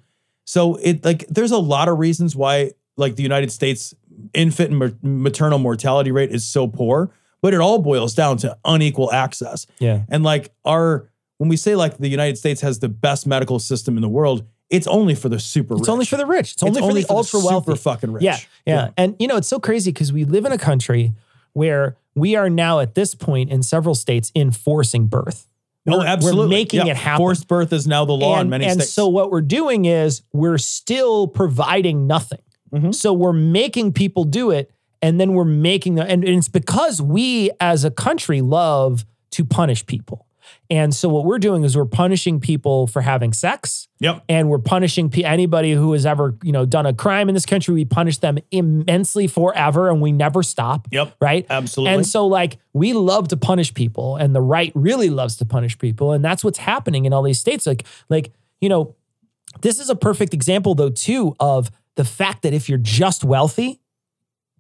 [SPEAKER 1] So it like there's a lot of reasons why like the United States infant and ma- maternal mortality rate is so poor, but it all boils down to unequal access.
[SPEAKER 2] yeah
[SPEAKER 1] And like our when we say like the United States has the best medical system in the world, it's only for the super
[SPEAKER 2] it's
[SPEAKER 1] rich.
[SPEAKER 2] only for the rich it's only for the ultra
[SPEAKER 1] super
[SPEAKER 2] wealthy
[SPEAKER 1] fucking rich.
[SPEAKER 2] Yeah, yeah. And you know, it's so crazy because we live in a country where we are now at this point in several states enforcing birth.
[SPEAKER 1] No,
[SPEAKER 2] We're-
[SPEAKER 1] absolutely.
[SPEAKER 2] We're making
[SPEAKER 1] Yeah.
[SPEAKER 2] it happen.
[SPEAKER 1] Forced birth is now the law
[SPEAKER 2] and,
[SPEAKER 1] in many
[SPEAKER 2] and
[SPEAKER 1] states.
[SPEAKER 2] so what we're doing is we're still providing nothing. So we're making people do it, and then we're making them, and, and it's because we as a country love to punish people. And so what we're doing is we're punishing people for having sex
[SPEAKER 1] yep.
[SPEAKER 2] and we're punishing pe- anybody who has ever you know done a crime in this country we punish them immensely forever and we never stop
[SPEAKER 1] Yep.
[SPEAKER 2] right
[SPEAKER 1] Absolutely.
[SPEAKER 2] and so like we love to punish people and the right really loves to punish people and that's what's happening in all these states like like you know this is a perfect example though too of the fact that if you're just wealthy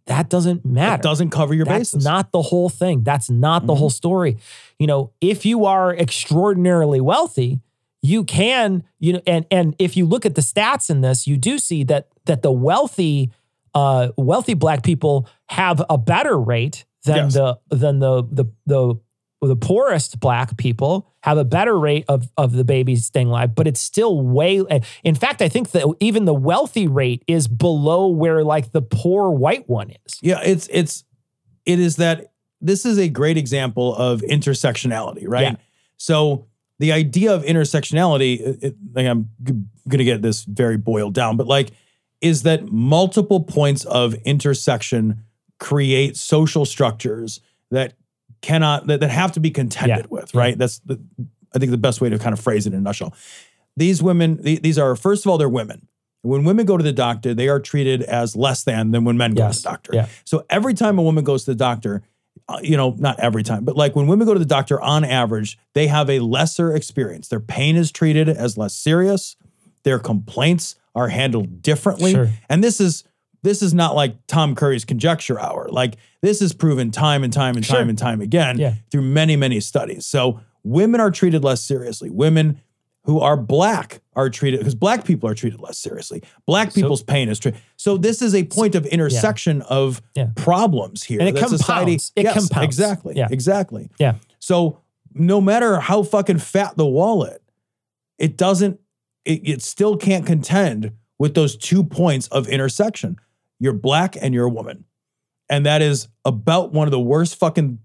[SPEAKER 2] That doesn't matter.
[SPEAKER 1] It doesn't cover your
[SPEAKER 2] That's
[SPEAKER 1] bases.
[SPEAKER 2] not the whole thing. That's not the whole story. You know, if you are extraordinarily wealthy, you can, you know, and and if you look at the stats in this, you do see that that the wealthy, uh, wealthy black people have a better rate than
[SPEAKER 1] Yes.
[SPEAKER 2] the than the the the the poorest black people have a better rate of of the baby staying alive, but it's still way. In fact, I think that even the wealthy rate is below where like the poor white one is.
[SPEAKER 1] yeah, it's it's it is that this is a great example of intersectionality, right?
[SPEAKER 2] Yeah.
[SPEAKER 1] So the idea of intersectionality, it- it- like I'm g- gonna get this very boiled down, but like, is that multiple points of intersection create social structures that cannot that, that have to be contended with, right? That's the, I think the best way to kind of phrase it in a nutshell. These women, the- these are first of all, they're women. When women go to the doctor, they are treated as less than than when men go to
[SPEAKER 2] Yes.
[SPEAKER 1] the doctor.
[SPEAKER 2] Yeah.
[SPEAKER 1] So every time a woman goes to the doctor, uh, you know, not every time, but like when women go to the doctor on average, they have a lesser experience. Their pain is treated as less serious. Their complaints are handled differently.
[SPEAKER 2] Sure.
[SPEAKER 1] And this is this is not like Tom Curry's conjecture hour. Like this is proven time and time and
[SPEAKER 2] Sure.
[SPEAKER 1] time and time again
[SPEAKER 2] Yeah.
[SPEAKER 1] through many many studies. So women are treated less seriously. Women who are black are treated because black people are treated less seriously. Black people's pain is treated. So this is a point of intersection of
[SPEAKER 2] Yeah.
[SPEAKER 1] problems here.
[SPEAKER 2] And it
[SPEAKER 1] that Society,
[SPEAKER 2] compounds. It
[SPEAKER 1] yes,
[SPEAKER 2] compounds.
[SPEAKER 1] Exactly.
[SPEAKER 2] Yeah.
[SPEAKER 1] Exactly.
[SPEAKER 2] Yeah.
[SPEAKER 1] So no matter how fucking fat the wallet, it doesn't. It, it still can't contend with those two points of intersection. You're black and you're a woman, and that is about one of the worst fucking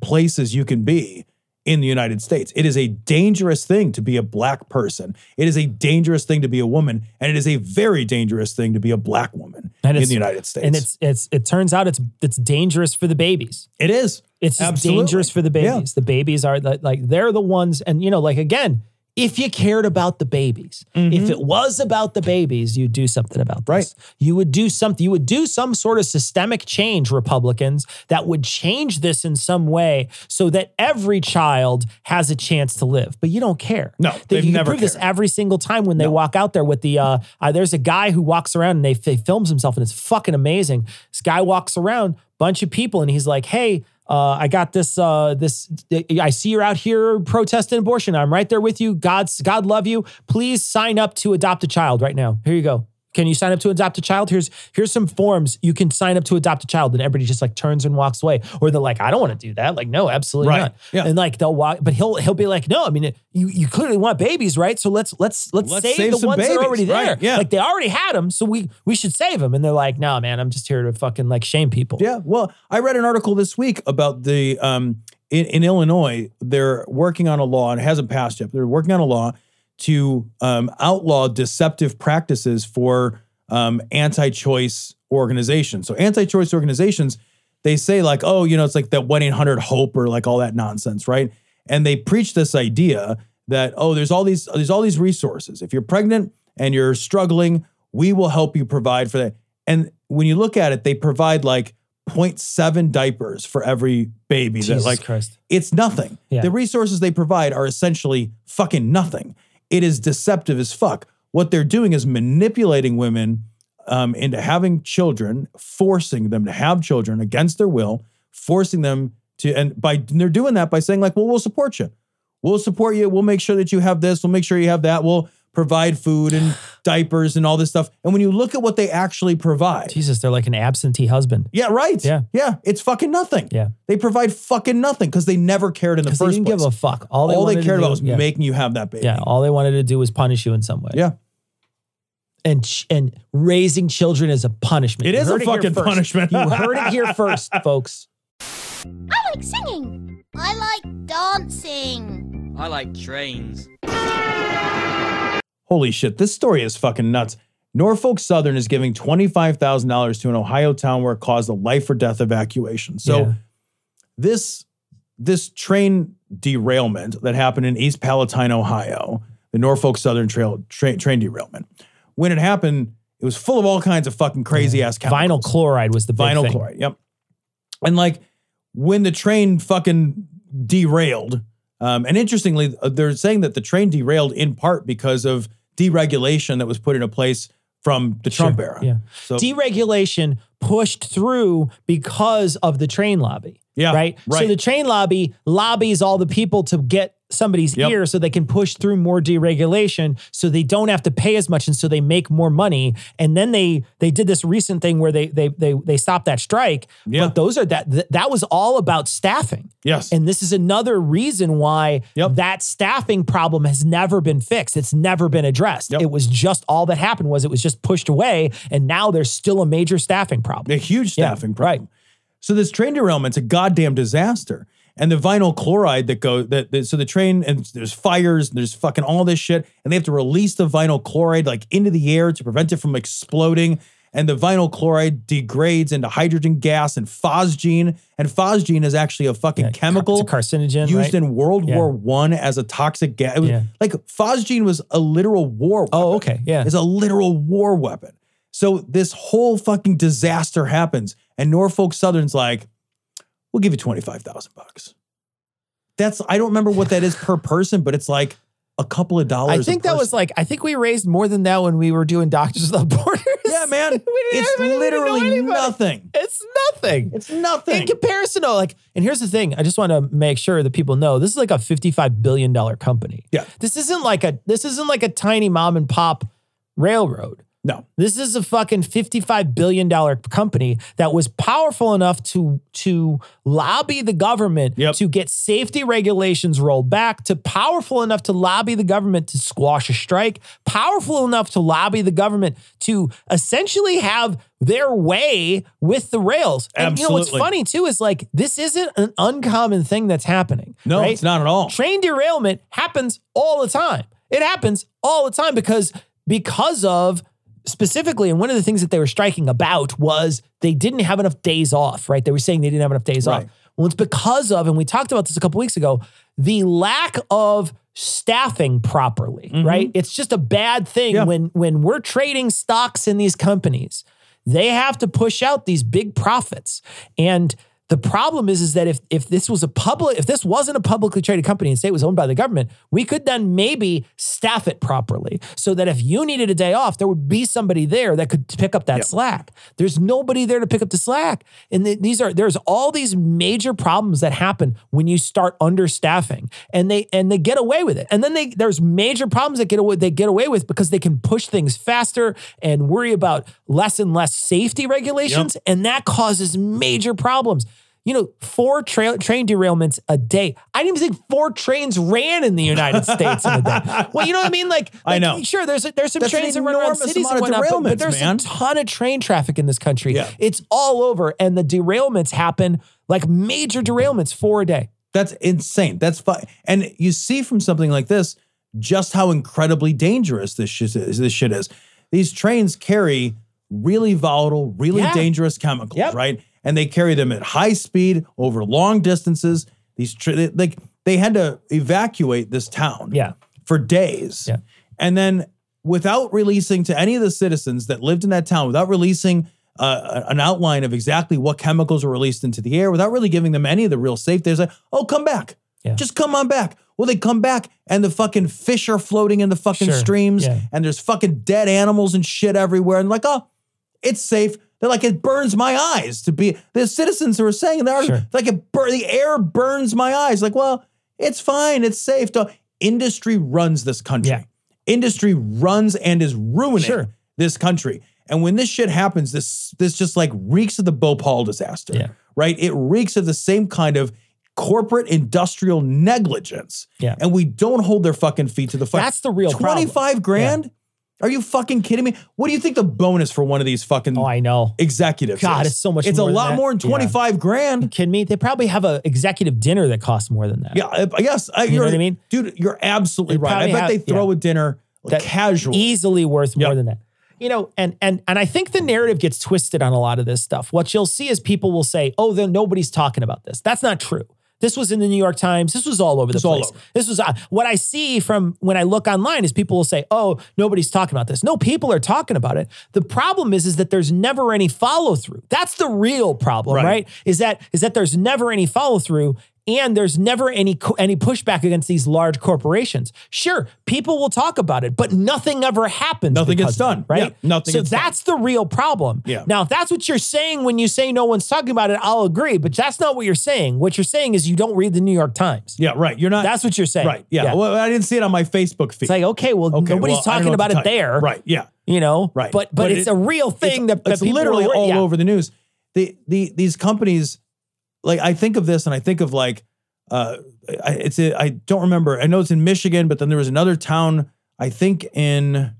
[SPEAKER 1] places you can be in the United States. It is a dangerous thing to be a black person. It is a dangerous thing to be a woman, and it is a very dangerous thing to be a black woman
[SPEAKER 2] And
[SPEAKER 1] in
[SPEAKER 2] it's-
[SPEAKER 1] the United States.
[SPEAKER 2] and it's it's it turns out it's it's dangerous for the babies.
[SPEAKER 1] it is.
[SPEAKER 2] It's just
[SPEAKER 1] Absolutely.
[SPEAKER 2] dangerous for the
[SPEAKER 1] Yeah.
[SPEAKER 2] babies. The babies are the, like they're the ones, and you know, like again, if you cared about the babies, if it was about the babies, you'd do something about this.
[SPEAKER 1] Mm-hmm. Right.
[SPEAKER 2] You would do something. You would do some sort of systemic change, Republicans, that would change this in some way so that every child has a chance to live. But you don't care.
[SPEAKER 1] No,
[SPEAKER 2] That
[SPEAKER 1] they've
[SPEAKER 2] you can
[SPEAKER 1] never
[SPEAKER 2] prove this
[SPEAKER 1] cared.
[SPEAKER 2] every single time when they walk out there with the uh, uh there's a guy who walks around and they, they films himself and it's fucking amazing this guy walks around bunch of people and he's like hey uh, I got this. Uh, this I see you're out here protesting abortion. I'm right there with you. God's God love you. Please sign up to adopt a child right now. Here you go. Can you sign up to adopt a child? Here's here's some forms you can sign up to adopt a child. And everybody just like turns and walks away, or they're like, I don't want to do that. Like, no, absolutely
[SPEAKER 1] Right.
[SPEAKER 2] not.
[SPEAKER 1] Yeah.
[SPEAKER 2] And like they'll walk, but he'll he'll be like, no, I mean, you you clearly want babies, right? So let's let's let's,
[SPEAKER 1] Let's
[SPEAKER 2] save,
[SPEAKER 1] save
[SPEAKER 2] the
[SPEAKER 1] some
[SPEAKER 2] ones that
[SPEAKER 1] babies,
[SPEAKER 2] are already there.
[SPEAKER 1] right, yeah.
[SPEAKER 2] Like they already had them, so we we should save them. And they're like, no, man, I'm just here to fucking like shame people.
[SPEAKER 1] Yeah. Well, I read an article this week about the um in, in Illinois, they're working on a law and it hasn't passed yet. but They're working on a law to um, outlaw deceptive practices for um, anti-choice organizations. So anti-choice organizations, they say like, oh, you know, it's like that one eight hundred hope or like all that nonsense, right? And they preach this idea that oh, there's all these there's all these resources. If you're pregnant and you're struggling, we will help you provide for that. And when you look at it, they provide like 0.7 diapers for every baby
[SPEAKER 2] Jesus
[SPEAKER 1] that like
[SPEAKER 2] Christ.
[SPEAKER 1] it's nothing.
[SPEAKER 2] Yeah.
[SPEAKER 1] The resources they provide are essentially fucking nothing. It is deceptive as fuck. What they're doing is manipulating women um, into having children, forcing them to have children against their will, forcing them to, and by and they're doing that by saying like, well, we'll support you, we'll support you, we'll make sure that you have this, we'll make sure you have that, we'll provide food and diapers and all this stuff. And when you look at what they actually provide,
[SPEAKER 2] Jesus, they're like an absentee husband.
[SPEAKER 1] yeah, right.
[SPEAKER 2] Yeah.
[SPEAKER 1] yeah, it's fucking nothing.
[SPEAKER 2] Yeah.
[SPEAKER 1] they provide fucking nothing because they never cared in the
[SPEAKER 2] Because
[SPEAKER 1] first
[SPEAKER 2] they didn't
[SPEAKER 1] place
[SPEAKER 2] give a fuck. All they,
[SPEAKER 1] all they
[SPEAKER 2] wanted to
[SPEAKER 1] cared
[SPEAKER 2] do-
[SPEAKER 1] about was
[SPEAKER 2] yeah.
[SPEAKER 1] making you have that baby.
[SPEAKER 2] Yeah, all they wanted to do was punish you in some way.
[SPEAKER 1] Yeah.
[SPEAKER 2] And ch- and raising children is a punishment.
[SPEAKER 1] It
[SPEAKER 2] You
[SPEAKER 1] is a
[SPEAKER 2] heard here
[SPEAKER 1] fucking
[SPEAKER 2] first.
[SPEAKER 1] punishment.
[SPEAKER 2] you heard it here first, folks.
[SPEAKER 7] I like singing. I like dancing.
[SPEAKER 8] I like trains.
[SPEAKER 1] Holy shit, this story is fucking nuts. Norfolk Southern is giving $25,000 to an Ohio town where it caused a life or death evacuation. So
[SPEAKER 2] Yeah.
[SPEAKER 1] this this train derailment that happened in East Palatine, Ohio, the Norfolk Southern Trail tra- train derailment. When it happened, it was full of all kinds of fucking crazy ass chemicals.
[SPEAKER 2] Vinyl chloride was the big
[SPEAKER 1] vinyl
[SPEAKER 2] thing.
[SPEAKER 1] chloride. Yep. And like when the train fucking derailed, um, and interestingly, uh, they're saying that the train derailed in part because of deregulation that was put into place from the Trump
[SPEAKER 2] Sure,
[SPEAKER 1] era.
[SPEAKER 2] yeah.
[SPEAKER 1] So
[SPEAKER 2] Deregulation pushed through because of the train lobby.
[SPEAKER 1] Yeah,
[SPEAKER 2] Right. So
[SPEAKER 1] right.
[SPEAKER 2] the train lobby lobbies all the people to get somebody's
[SPEAKER 1] Yep.
[SPEAKER 2] ear so they can push through more deregulation so they don't have to pay as much and so they make more money and then they they did this recent thing where they they they they stopped that strike
[SPEAKER 1] Yeah.
[SPEAKER 2] but those are that th- that was all about staffing
[SPEAKER 1] Yes.
[SPEAKER 2] and this is another reason why
[SPEAKER 1] Yep.
[SPEAKER 2] that staffing problem has never been fixed. It's never been addressed.
[SPEAKER 1] Yep.
[SPEAKER 2] It was just all that happened was it was just pushed away, and now there's still a major staffing problem.
[SPEAKER 1] a huge
[SPEAKER 2] Yeah,
[SPEAKER 1] staffing problem. So this train derailment's a goddamn disaster. And the vinyl chloride that go that, that- so the train and there's fires and there's fucking all this shit and they have to release the vinyl chloride like into the air to prevent it from exploding. And the vinyl chloride degrades into hydrogen gas and phosgene. And phosgene is actually a fucking chemical
[SPEAKER 2] It's a carcinogen
[SPEAKER 1] used
[SPEAKER 2] right?
[SPEAKER 1] in World
[SPEAKER 2] Yeah.
[SPEAKER 1] War One as a toxic gas. It was,
[SPEAKER 2] Yeah.
[SPEAKER 1] Like phosgene was a literal war. Weapon
[SPEAKER 2] Oh, okay. Yeah.
[SPEAKER 1] is a literal war weapon. So this whole fucking disaster happens, and Norfolk Southern's like, "We'll give you twenty five thousand bucks." That's I don't remember what that is per person, but it's like a couple of dollars.
[SPEAKER 2] I
[SPEAKER 1] a
[SPEAKER 2] think that was
[SPEAKER 1] person.
[SPEAKER 2] like I think we raised more than that when we were doing Doctors Without Borders.
[SPEAKER 1] yeah, man.
[SPEAKER 2] We didn't
[SPEAKER 1] it's
[SPEAKER 2] have- we didn't know
[SPEAKER 1] literally
[SPEAKER 2] anybody.
[SPEAKER 1] nothing.
[SPEAKER 2] It's nothing.
[SPEAKER 1] It's nothing.
[SPEAKER 2] In comparison, though, like, and here's the thing: I just want to make sure that people know this is like a fifty-five billion dollar company.
[SPEAKER 1] Yeah.
[SPEAKER 2] this isn't like a this isn't like a tiny mom and pop railroad.
[SPEAKER 1] no,
[SPEAKER 2] This is a fucking fifty-five billion dollar company that was powerful enough to to lobby the government
[SPEAKER 1] Yep.
[SPEAKER 2] to get safety regulations rolled back, to powerful enough to lobby the government to squash a strike, powerful enough to lobby the government to essentially have their way with the rails. And you know what's
[SPEAKER 1] Absolutely.
[SPEAKER 2] funny too is like this isn't an uncommon thing that's happening.
[SPEAKER 1] no,
[SPEAKER 2] right?
[SPEAKER 1] it's not at all.
[SPEAKER 2] Train derailment happens all the time. It happens all the time because because of specifically and one of the things that they were striking about was they didn't have enough days off, right? They were saying they didn't have enough days
[SPEAKER 1] Right.
[SPEAKER 2] off. Well, it's because of and we talked about this a couple weeks ago, the lack of staffing properly, right? It's just a bad thing
[SPEAKER 1] Mm-hmm. Yeah.
[SPEAKER 2] when when we're trading stocks in these companies they have to push out these big profits and the problem is is that if if this was a public if this wasn't a publicly traded company and say it was owned by the government we could then maybe staff it properly so that if you needed a day off there would be somebody there that could pick up that slack there's nobody there to pick up the slack and th- these are there's all these major problems that happen when you start understaffing and they and they get away with it and then they there's major problems that get away they get away with because they can push things faster and worry about less and less safety regulations and that causes major problems you know four tra- train derailments a day i didn't even think four trains ran in the united states in a day well you know what i mean like,
[SPEAKER 1] I
[SPEAKER 2] like,
[SPEAKER 1] know.
[SPEAKER 2] sure there's there's some
[SPEAKER 1] That's an
[SPEAKER 2] trains that run around
[SPEAKER 1] enormous
[SPEAKER 2] cities and
[SPEAKER 1] amount of
[SPEAKER 2] whatnot but,
[SPEAKER 1] derailments,
[SPEAKER 2] but there's
[SPEAKER 1] man.
[SPEAKER 2] a ton of train traffic in this country
[SPEAKER 1] Yeah.
[SPEAKER 2] it's all over and the derailments happen like major derailments four a day
[SPEAKER 1] That's insane. That's fine. And you see from something like this just how incredibly dangerous this shit is. This shit is. These trains carry really volatile, really
[SPEAKER 2] Yeah.
[SPEAKER 1] dangerous chemicals,
[SPEAKER 2] Yep.
[SPEAKER 1] right? And they carry them at high speed over long distances. These tr- they- like they had to evacuate this town
[SPEAKER 2] Yeah.
[SPEAKER 1] for days.
[SPEAKER 2] Yeah.
[SPEAKER 1] And then without releasing to any of the citizens that lived in that town, without releasing uh, a- an outline of exactly what chemicals were released into the air, without really giving them any of the real safety, they like, oh, come back.
[SPEAKER 2] Yeah.
[SPEAKER 1] Just come on back. Well, they come back and the fucking fish are floating in the fucking
[SPEAKER 2] Sure.
[SPEAKER 1] streams
[SPEAKER 2] Yeah.
[SPEAKER 1] and there's fucking dead animals and shit everywhere. And like, oh, it's safe. They're like, it burns my eyes to be. The citizens who are saying that are
[SPEAKER 2] Sure.
[SPEAKER 1] like, it bur- the air burns my eyes. Like, well, it's fine. It's safe. Don't- Industry runs this country.
[SPEAKER 2] Yeah.
[SPEAKER 1] Industry runs and is ruining
[SPEAKER 2] Sure.
[SPEAKER 1] this country. And when this shit happens, this this just like reeks of the Bhopal disaster,
[SPEAKER 2] Yeah.
[SPEAKER 1] right? It reeks of the same kind of corporate industrial negligence.
[SPEAKER 2] Yeah.
[SPEAKER 1] And we don't hold their fucking feet to the fire.
[SPEAKER 2] That's the real problem.
[SPEAKER 1] 25 grand? Are you fucking kidding me? What do you think the bonus for one of these fucking
[SPEAKER 2] oh i know
[SPEAKER 1] executives?
[SPEAKER 2] God,
[SPEAKER 1] is?
[SPEAKER 2] it's so much
[SPEAKER 1] It's a
[SPEAKER 2] more than
[SPEAKER 1] lot
[SPEAKER 2] that.
[SPEAKER 1] more than
[SPEAKER 2] Yeah.
[SPEAKER 1] 25 grand.
[SPEAKER 2] kidding me they probably have a executive dinner that costs more than that
[SPEAKER 1] Yeah, I I guess. I,
[SPEAKER 2] You know
[SPEAKER 1] you're-
[SPEAKER 2] what I mean?
[SPEAKER 1] Dude, you're absolutely
[SPEAKER 2] They
[SPEAKER 1] right. I
[SPEAKER 2] probably
[SPEAKER 1] bet
[SPEAKER 2] have-
[SPEAKER 1] they throw
[SPEAKER 2] yeah.
[SPEAKER 1] a dinner
[SPEAKER 2] That- e-
[SPEAKER 1] casual.
[SPEAKER 2] easily worth more
[SPEAKER 1] Yep.
[SPEAKER 2] than that. You know, and and and I think the narrative gets twisted on a lot of this stuff. What you'll see is people will say, "Oh, then nobody's talking about this." That's not true. This was in the New York Times. This was all over the
[SPEAKER 1] all
[SPEAKER 2] place.
[SPEAKER 1] over.
[SPEAKER 2] This was uh, what I see from when I look online is people will say, "Oh, nobody's talking about this." No, people are talking about it. The problem is is that there's never any follow through. That's the real problem,
[SPEAKER 1] Right.
[SPEAKER 2] right? Is that is that there's never any follow through and there's never any co- any pushback against these large corporations. Sure, people will talk about it, but nothing ever happens.
[SPEAKER 1] Nothing
[SPEAKER 2] because
[SPEAKER 1] gets
[SPEAKER 2] of it,
[SPEAKER 1] done.
[SPEAKER 2] right?
[SPEAKER 1] Yeah, nothing
[SPEAKER 2] So
[SPEAKER 1] gets done.
[SPEAKER 2] that's the real problem.
[SPEAKER 1] Yeah.
[SPEAKER 2] Now, if that's what you're saying when you say no one's talking about it, I'll agree. But that's not what you're saying. What you're saying is you don't read the New York Times.
[SPEAKER 1] Yeah, right. You're not.
[SPEAKER 2] That's what you're saying.
[SPEAKER 1] right. Yeah. Well, I didn't see it on my Facebook feed.
[SPEAKER 2] it's like okay, well,
[SPEAKER 1] Okay,
[SPEAKER 2] nobody's
[SPEAKER 1] well, I don't
[SPEAKER 2] talking
[SPEAKER 1] know what
[SPEAKER 2] about
[SPEAKER 1] to
[SPEAKER 2] it
[SPEAKER 1] tell you.
[SPEAKER 2] there.
[SPEAKER 1] Right. Yeah.
[SPEAKER 2] You know.
[SPEAKER 1] Right.
[SPEAKER 2] But but,
[SPEAKER 1] But
[SPEAKER 2] it's
[SPEAKER 1] it-
[SPEAKER 2] a real thing
[SPEAKER 1] it's,
[SPEAKER 2] that, that
[SPEAKER 1] it's
[SPEAKER 2] people are
[SPEAKER 1] literally
[SPEAKER 2] aware-
[SPEAKER 1] all
[SPEAKER 2] yeah.
[SPEAKER 1] over the news. The the these companies, like I think of this and I think of like, uh, I, it's a, I don't remember. I know it's in Michigan, but then there was another town. I think in,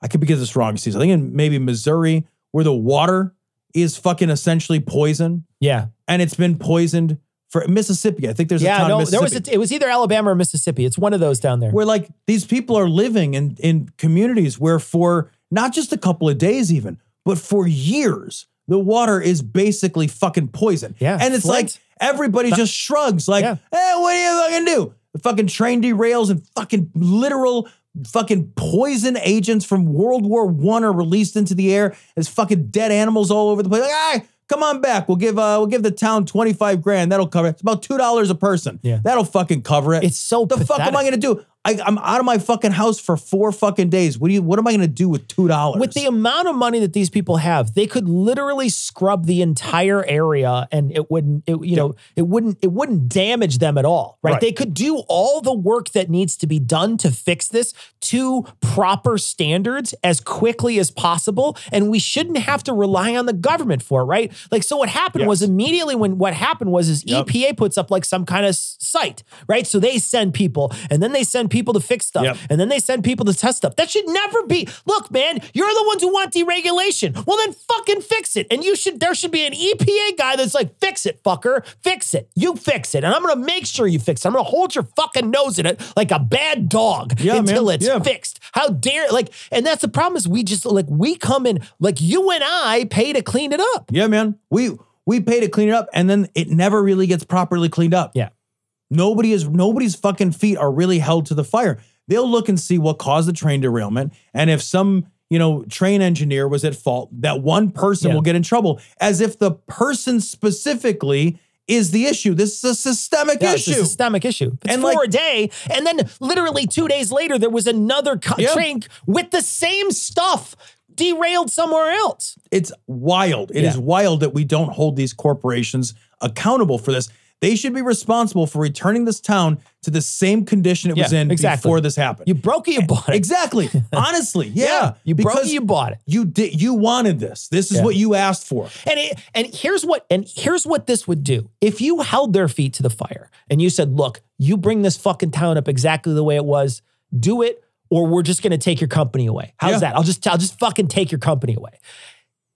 [SPEAKER 1] I could be getting this wrong. Steve. I think in maybe Missouri, where the water is fucking essentially poison,
[SPEAKER 2] Yeah.
[SPEAKER 1] and it's been poisoned for Mississippi. I think there's a
[SPEAKER 2] Yeah.
[SPEAKER 1] town in
[SPEAKER 2] No, there
[SPEAKER 1] Mississippi
[SPEAKER 2] was a, it was either Alabama or Mississippi. It's one of those down there.
[SPEAKER 1] where like these people are living in in communities where for not just a couple of days even but for years the water is basically fucking poison
[SPEAKER 2] Yeah,
[SPEAKER 1] and it's
[SPEAKER 2] Flint.
[SPEAKER 1] like everybody just shrugs like
[SPEAKER 2] Yeah.
[SPEAKER 1] eh, what do you fucking do the fucking train derails and fucking literal fucking poison agents from world war one are released into the air there's fucking dead animals all over the place like ah, come on back we'll give uh we'll give the town 25 grand that'll cover it it's about two dollars a person
[SPEAKER 2] Yeah.
[SPEAKER 1] that'll fucking cover it
[SPEAKER 2] It's so
[SPEAKER 1] the fuck am I
[SPEAKER 2] pathetic.
[SPEAKER 1] gonna do? I, I'm out of my fucking house for four fucking days. What do you? What am I gonna do with two dollars?
[SPEAKER 2] With the amount of money that these people have, they could literally scrub the entire area, and it wouldn't. It, you know, it wouldn't. It wouldn't damage them at all, right?
[SPEAKER 1] Right.
[SPEAKER 2] They could do all the work that needs to be done to fix this to proper standards as quickly as possible, and we shouldn't have to rely on the government for it, right? Like, so what happened was immediately when what happened was is EPA puts up like some kind of s- site, right? So they send people, and then they send people to fix stuff,
[SPEAKER 1] Yep.
[SPEAKER 2] and then they send people to test stuff. That should never be. Look, man, you're the ones who want deregulation. Well, then fucking fix it. And you should. There should be an EPA guy that's like, fix it, fucker, fix it. You fix it, and I'm gonna make sure you fix it. I'm gonna hold your fucking nose in it like a bad dog
[SPEAKER 1] Yeah,
[SPEAKER 2] until
[SPEAKER 1] man.
[SPEAKER 2] it's
[SPEAKER 1] Yeah.
[SPEAKER 2] fixed. How dare like? And that's the problem is we just like we come in like you and I pay to clean it up.
[SPEAKER 1] yeah, man, we we pay to clean it up, and then it never really gets properly cleaned up.
[SPEAKER 2] Yeah.
[SPEAKER 1] Nobody is nobody's fucking feet are really held to the fire. They'll look and see what caused the train derailment, and if some you know train engineer was at fault, that one person
[SPEAKER 2] Yeah.
[SPEAKER 1] will get in trouble, as if the person specifically is the issue. This is a systemic
[SPEAKER 2] Yeah,
[SPEAKER 1] issue.
[SPEAKER 2] It's a systemic issue. It's
[SPEAKER 1] And,
[SPEAKER 2] for
[SPEAKER 1] like-
[SPEAKER 2] a day, and then literally two days later, there was another co-
[SPEAKER 1] Yeah.
[SPEAKER 2] train with the same stuff derailed somewhere else.
[SPEAKER 1] it's wild. It is
[SPEAKER 2] Yeah.
[SPEAKER 1] wild that we don't hold these corporations accountable for this. They should be responsible for returning this town to the same condition it was
[SPEAKER 2] Yeah,
[SPEAKER 1] in
[SPEAKER 2] exactly.
[SPEAKER 1] before this happened.
[SPEAKER 2] You broke it, you bought it.
[SPEAKER 1] exactly. Honestly, yeah.
[SPEAKER 2] you broke it,
[SPEAKER 1] Because
[SPEAKER 2] you bought it.
[SPEAKER 1] You did. You wanted this. This is
[SPEAKER 2] Yeah.
[SPEAKER 1] what you asked for.
[SPEAKER 2] And it, and here's what and here's what this would do. If you held their feet to the fire and you said, "Look, you bring this fucking town up exactly the way it was. Do it, or we're just going to take your company away." How's
[SPEAKER 1] Yeah.
[SPEAKER 2] that? I'll just I'll just fucking take your company away.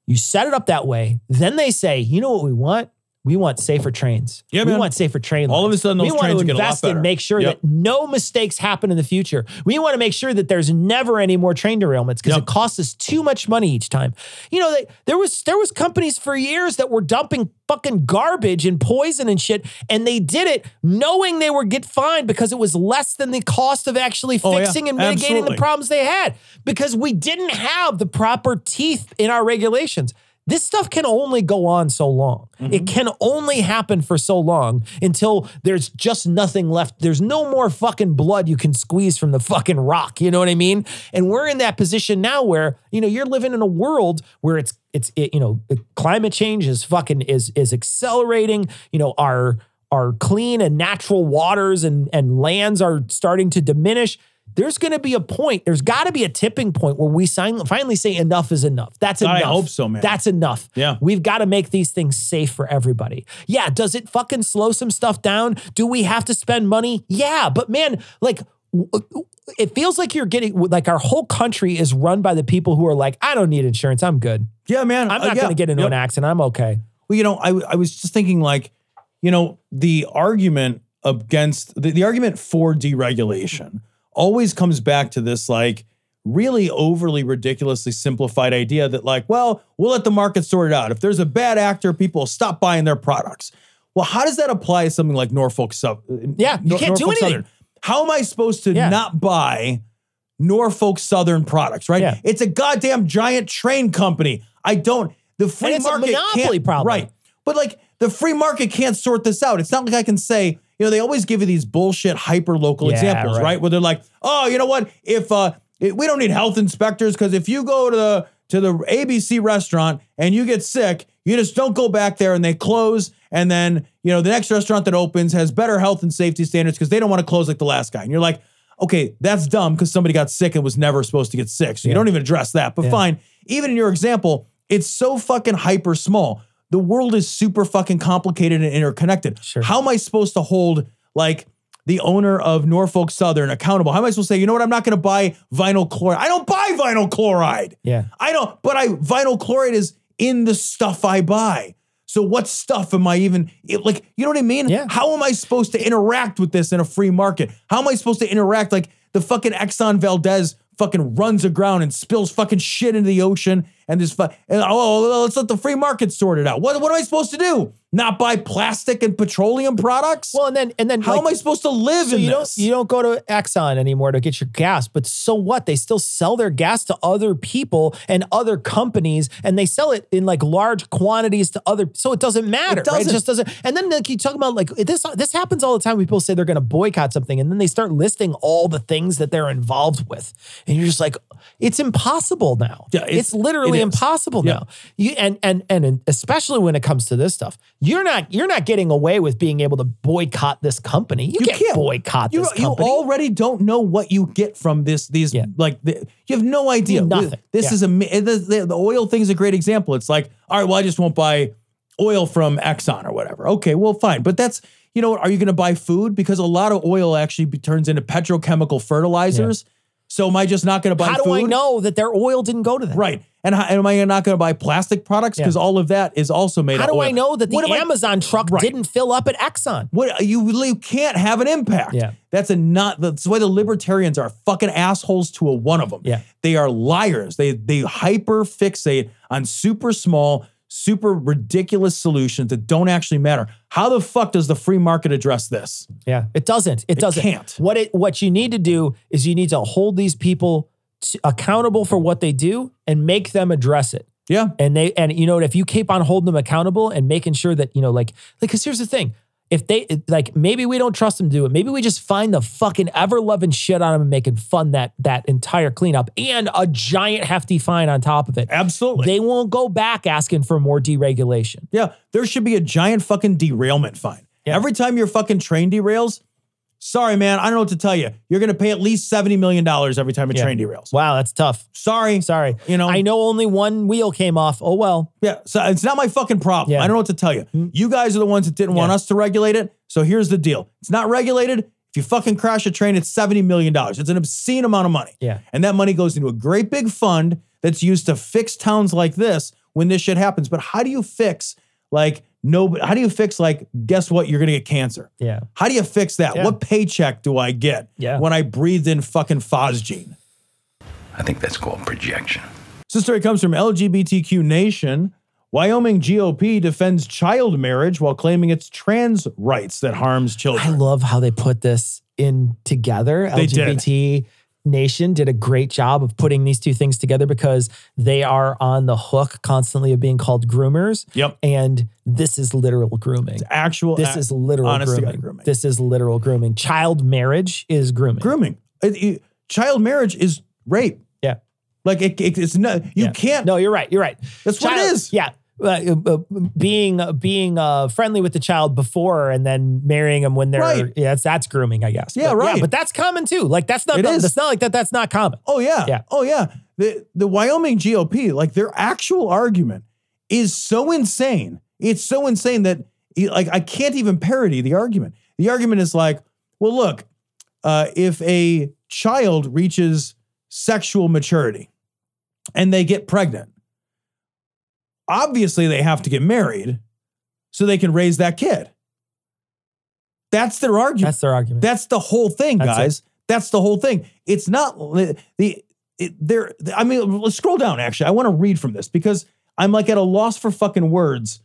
[SPEAKER 2] You set it up that way. Then they say, "You know what we want? We want safer trains.
[SPEAKER 1] Yeah,
[SPEAKER 2] we
[SPEAKER 1] man.
[SPEAKER 2] want safer train
[SPEAKER 1] All of a
[SPEAKER 2] lines.
[SPEAKER 1] sudden,
[SPEAKER 2] we
[SPEAKER 1] those
[SPEAKER 2] want
[SPEAKER 1] trains
[SPEAKER 2] to
[SPEAKER 1] get a lot
[SPEAKER 2] invest and
[SPEAKER 1] better.
[SPEAKER 2] make sure
[SPEAKER 1] Yep.
[SPEAKER 2] that no mistakes happen in the future. We want to make sure that there's never any more train derailments because
[SPEAKER 1] Yep.
[SPEAKER 2] it costs us too much money each time. You know, they, there was there was companies for years that were dumping fucking garbage and poison and shit, and they did it knowing they were get fined because it was less than the cost of actually
[SPEAKER 1] Oh, yeah.
[SPEAKER 2] fixing and mitigating
[SPEAKER 1] Absolutely.
[SPEAKER 2] the problems they had because we didn't have the proper teeth in our regulations. This stuff can only go on so long. It can only happen for so long until there's just nothing left. There's no more fucking blood you can squeeze from the fucking rock. You know what I mean? And we're in that position now where, you know, you're living in a world where it's it's it, you know, climate change is fucking is is accelerating, you know, our our clean and natural waters and, and lands are starting to diminish. There's going to be a point. There's got to be a tipping point where we sign, finally say enough is enough. That's
[SPEAKER 1] God, I
[SPEAKER 2] enough.
[SPEAKER 1] hope so, man.
[SPEAKER 2] That's enough.
[SPEAKER 1] Yeah.
[SPEAKER 2] We've got to make these things safe for everybody. Yeah. Does it fucking slow some stuff down? Do we have to spend money? Yeah. But man, like, w- w- it feels like you're getting like our whole country is run by the people who are like, I don't need insurance. I'm good.
[SPEAKER 1] Yeah, man.
[SPEAKER 2] I'm
[SPEAKER 1] Uh,
[SPEAKER 2] not
[SPEAKER 1] yeah.
[SPEAKER 2] going to get into
[SPEAKER 1] Yep.
[SPEAKER 2] an accident. I'm okay.
[SPEAKER 1] Well, you know, I I was just thinking like, you know, the argument against the, the argument for deregulation always comes back to this like really overly ridiculously simplified idea that like, well, we'll let the market sort it out. If there's a bad actor, people will stop buying their products. Well, how does that apply to something like Norfolk Sub?
[SPEAKER 2] Yeah, you can't do anything.
[SPEAKER 1] Southern? How am I supposed to
[SPEAKER 2] Yeah.
[SPEAKER 1] not buy Norfolk Southern products, right?
[SPEAKER 2] Yeah.
[SPEAKER 1] It's a goddamn giant train company. I don't the free
[SPEAKER 2] it's a
[SPEAKER 1] market
[SPEAKER 2] monopoly
[SPEAKER 1] can't-
[SPEAKER 2] problem.
[SPEAKER 1] Right. But like the free market can't sort this out. It's not like I can say, you know, they always give you these bullshit hyper local
[SPEAKER 2] Yeah,
[SPEAKER 1] examples,
[SPEAKER 2] right.
[SPEAKER 1] right? Where they're like, oh, you know what? If uh, it- we don't need health inspectors because if you go to the to the ABC restaurant and you get sick, you just don't go back there and they close. And then you know the next restaurant that opens has better health and safety standards because they don't want to close like the last guy. And you're like, okay, that's dumb because somebody got sick and was never supposed to get sick. So you don't even address that. But fine. Even in your example, it's so fucking hyper small. The world is super fucking complicated and interconnected.
[SPEAKER 2] Sure.
[SPEAKER 1] How am I supposed to hold like the owner of Norfolk Southern accountable? How am I supposed to say, you know what? I'm not going to buy vinyl chloride. I don't buy vinyl chloride.
[SPEAKER 2] Yeah.
[SPEAKER 1] I don't, but I vinyl chloride is in the stuff I buy. So what stuff am I even it- like? You know what I mean?
[SPEAKER 2] Yeah.
[SPEAKER 1] How am I supposed to interact with this in a free market? How am I supposed to interact? Like the fucking Exxon Valdez fucking runs aground and spills fucking shit into the ocean and this fu- and oh let's let the free market sort it out. What what am I supposed to do? Not buy plastic and petroleum products?
[SPEAKER 2] Well, and then and then
[SPEAKER 1] How
[SPEAKER 2] like,
[SPEAKER 1] am I supposed to live
[SPEAKER 2] so
[SPEAKER 1] in
[SPEAKER 2] you
[SPEAKER 1] this?
[SPEAKER 2] don't you don't go to Exxon anymore to get your gas, but so what? They still sell their gas to other people and other companies, and they sell it in like large quantities to other. So it doesn't matter. right?
[SPEAKER 1] doesn't.
[SPEAKER 2] just doesn't. And then like you talk about like this this happens all the time. when People say they're going to boycott something, and then they start listing all the things that they're involved with, and you're just like, it's impossible now.
[SPEAKER 1] Yeah,
[SPEAKER 2] it's,
[SPEAKER 1] it's-
[SPEAKER 2] literally
[SPEAKER 1] it is.
[SPEAKER 2] impossible
[SPEAKER 1] Yeah.
[SPEAKER 2] now. You and and and especially when it comes to this stuff, you're not you're not getting away with being able to boycott this company. You, can't, boycott
[SPEAKER 1] you,
[SPEAKER 2] this
[SPEAKER 1] you
[SPEAKER 2] company.
[SPEAKER 1] already don't know what you get from this. These
[SPEAKER 2] Yeah.
[SPEAKER 1] like the, you have no idea.
[SPEAKER 2] nothing.
[SPEAKER 1] This
[SPEAKER 2] Yeah.
[SPEAKER 1] is a the, the oil thing is a great example. It's like all right, well, I just won't buy oil from Exxon or whatever. Okay, well, fine, but that's you know what? Are you going to buy food because a lot of oil actually be, turns into petrochemical fertilizers? So am I just not going to buy?
[SPEAKER 2] How do
[SPEAKER 1] food?
[SPEAKER 2] I know that their oil didn't go to them?
[SPEAKER 1] Right. And how, am I not going to buy plastic products because all of that is also made?
[SPEAKER 2] How
[SPEAKER 1] of
[SPEAKER 2] do
[SPEAKER 1] oil.
[SPEAKER 2] I know that the
[SPEAKER 1] What am I-
[SPEAKER 2] Amazon truck didn't fill up at Exxon?
[SPEAKER 1] What you really can't have an impact.
[SPEAKER 2] Yeah.
[SPEAKER 1] That's a not that's why the libertarians are fucking assholes to a one of them.
[SPEAKER 2] Yeah.
[SPEAKER 1] They are liars. They they hyper fixate on super small, super ridiculous solutions that don't actually matter. How the fuck does the free market address this?
[SPEAKER 2] Yeah, it doesn't. It doesn't.
[SPEAKER 1] can't.
[SPEAKER 2] What it what you need to do is you need to hold these people to, accountable for what they do and make them address it.
[SPEAKER 1] Yeah.
[SPEAKER 2] And they and you know if you keep on holding them accountable and making sure that you know like like because here's the thing. If they like, maybe we don't trust them to do it. Maybe we just find the fucking ever loving shit on them and making fun that that entire cleanup and a giant hefty fine on top of it.
[SPEAKER 1] Absolutely.
[SPEAKER 2] They won't go back asking for more deregulation.
[SPEAKER 1] Yeah, there should be a giant fucking derailment fine. Every time your fucking train derails, sorry man, I don't know what to tell you. You're going to pay at least 70 million dollars every time a train derails.
[SPEAKER 2] Wow, that's tough.
[SPEAKER 1] Sorry.
[SPEAKER 2] Sorry,
[SPEAKER 1] You know-
[SPEAKER 2] I know only one wheel came off. Oh well.
[SPEAKER 1] Yeah, so it's not my fucking problem.
[SPEAKER 2] Yeah. Mm-hmm.
[SPEAKER 1] I don't know what to tell you. You guys are the ones that didn't want
[SPEAKER 2] Yeah.
[SPEAKER 1] us to regulate it. So here's the deal. It's not regulated. If you fucking crash a train, it's 70 million dollars. It's an obscene amount of money.
[SPEAKER 2] Yeah.
[SPEAKER 1] And that money goes into a great big fund that's used to fix towns like this when this shit happens. But how do you fix like no how do you fix like guess what you're going to get cancer?
[SPEAKER 2] Yeah.
[SPEAKER 1] How do you fix that?
[SPEAKER 2] Yeah.
[SPEAKER 1] What paycheck do I get
[SPEAKER 2] Yeah.
[SPEAKER 1] when I breathed in fucking phosgene?
[SPEAKER 8] I think that's called projection.
[SPEAKER 1] So this story comes from LGBTQ Nation. Wyoming GOP defends child marriage while claiming it's trans rights that harms
[SPEAKER 2] I
[SPEAKER 1] children.
[SPEAKER 2] love how they put this in together.
[SPEAKER 1] They did.
[SPEAKER 2] LGBT Nation did a great job of putting these two things together because they are on the hook constantly of being called groomers.
[SPEAKER 1] Yep.
[SPEAKER 2] And this is literal grooming.
[SPEAKER 1] Actual
[SPEAKER 2] This is literal
[SPEAKER 1] honest to God
[SPEAKER 2] grooming.
[SPEAKER 1] grooming.
[SPEAKER 2] This is literal grooming. Child marriage is grooming.
[SPEAKER 1] grooming. It- it- child marriage is rape.
[SPEAKER 2] Yeah.
[SPEAKER 1] Like it, it- it's no, you
[SPEAKER 2] Yeah.
[SPEAKER 1] can't.
[SPEAKER 2] No, you're right. You're right.
[SPEAKER 1] That's what it is.
[SPEAKER 2] Yeah. Uh, uh, being being uh, friendly with the child before and then marrying them when they're
[SPEAKER 1] Right.
[SPEAKER 2] yeah that's, that's grooming I guess
[SPEAKER 1] Yeah,
[SPEAKER 2] But-
[SPEAKER 1] right.
[SPEAKER 2] but that's common too like that's not
[SPEAKER 1] It is.
[SPEAKER 2] that's not like that that's not common
[SPEAKER 1] Oh yeah.
[SPEAKER 2] Yeah.
[SPEAKER 1] Oh yeah. The the Wyoming GOP, like their actual argument is so insane. It's so insane that e, like I can't even parody the argument. The argument is like, well, look, uh, if a child reaches sexual maturity and they get pregnant, obviously they have to get married so they can raise that kid. That's their argument.
[SPEAKER 2] That's their argument.
[SPEAKER 1] That's the whole thing,
[SPEAKER 2] That's
[SPEAKER 1] guys. That's the whole thing. It's not li- the it, there. I mean, let's scroll down. Actually, I want to read from this because I'm like at a loss for fucking words.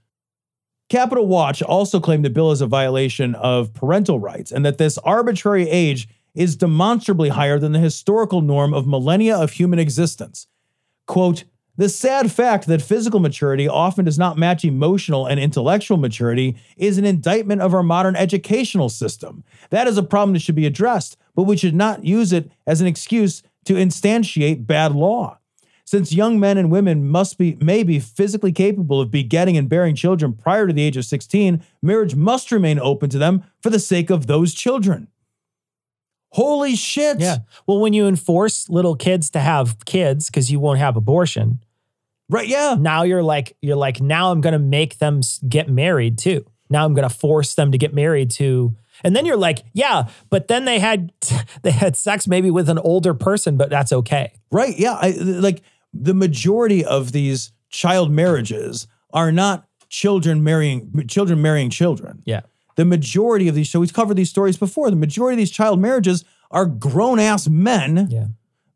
[SPEAKER 1] Capital Watch also claimed the bill is a violation of parental rights and that this arbitrary age is demonstrably higher than the historical norm of millennia of human existence. Quote, The sad fact that physical maturity often does not match emotional and intellectual maturity is an indictment of our modern educational system. That is a problem that should be addressed, but we should not use it as an excuse to instantiate bad law. Since young men and women must be may be physically capable of begetting and bearing children prior to the age of 16, marriage must remain open to them for the sake of those children. Holy shit.
[SPEAKER 2] Yeah. Well, when you enforce little kids to have kids because you won't have abortion,
[SPEAKER 1] Right, yeah.
[SPEAKER 2] now you're like you're like now I'm going to make them s- get married too. Now I'm going to force them to get married to and then you're like, yeah, but then they had they had sex maybe with an older person, but that's okay.
[SPEAKER 1] Right. Yeah. I, th- like the majority of these child marriages are not children marrying children marrying children.
[SPEAKER 2] Yeah.
[SPEAKER 1] The majority of these, so we've covered these stories before. The majority of these child marriages are grown ass men
[SPEAKER 2] Yeah.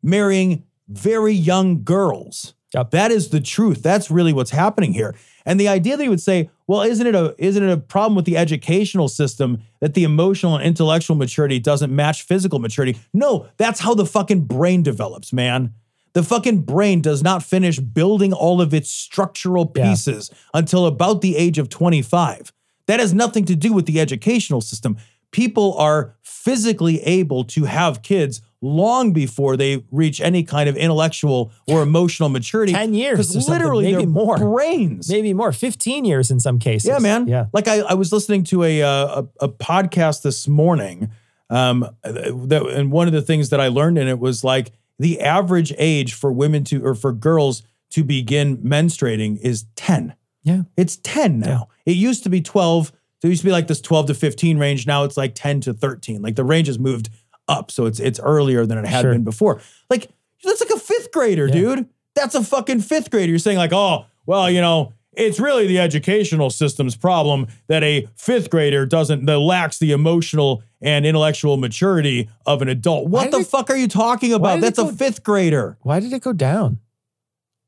[SPEAKER 1] marrying very young girls.
[SPEAKER 2] Yep.
[SPEAKER 1] That is the truth. That's really what's happening here. And the idea that you would say, well, isn't it a isn't it a problem with the educational system that the emotional and intellectual maturity doesn't match physical maturity? No, that's how the fucking brain develops, man. The fucking brain does not finish building all of its structural
[SPEAKER 2] Yeah.
[SPEAKER 1] pieces until about the age of 25. That has nothing to do with the educational system. People are physically able to have kids long before they reach any kind of intellectual or emotional maturity.
[SPEAKER 2] 10 years or
[SPEAKER 1] Because
[SPEAKER 2] something,
[SPEAKER 1] literally
[SPEAKER 2] maybe
[SPEAKER 1] their
[SPEAKER 2] more.
[SPEAKER 1] brains.
[SPEAKER 2] Maybe more, 15 years in some cases.
[SPEAKER 1] Yeah, man.
[SPEAKER 2] Yeah.
[SPEAKER 1] Like I, I was listening to a, uh, a a podcast this morning, um, that and one of the things that I learned in it was like the average age for women to or for girls to begin menstruating is ten.
[SPEAKER 2] Yeah.
[SPEAKER 1] It's ten now. It used to be twelve. There used to be like this twelve to fifteen range. Now it's like ten to thirteen. Like the range has moved up, so it's it's earlier than it had
[SPEAKER 2] Sure.
[SPEAKER 1] been before. Like that's like a fifth grader, dude. That's a fucking fifth grader. You're saying like, oh, well, you know, it's really the educational system's problem that a fifth grader doesn't that lacks the emotional and intellectual maturity of an adult. What
[SPEAKER 2] did
[SPEAKER 1] the
[SPEAKER 2] it-
[SPEAKER 1] fuck are you talking about?
[SPEAKER 2] did it
[SPEAKER 1] That's a
[SPEAKER 2] go-
[SPEAKER 1] fifth grader.
[SPEAKER 2] Why did it go down?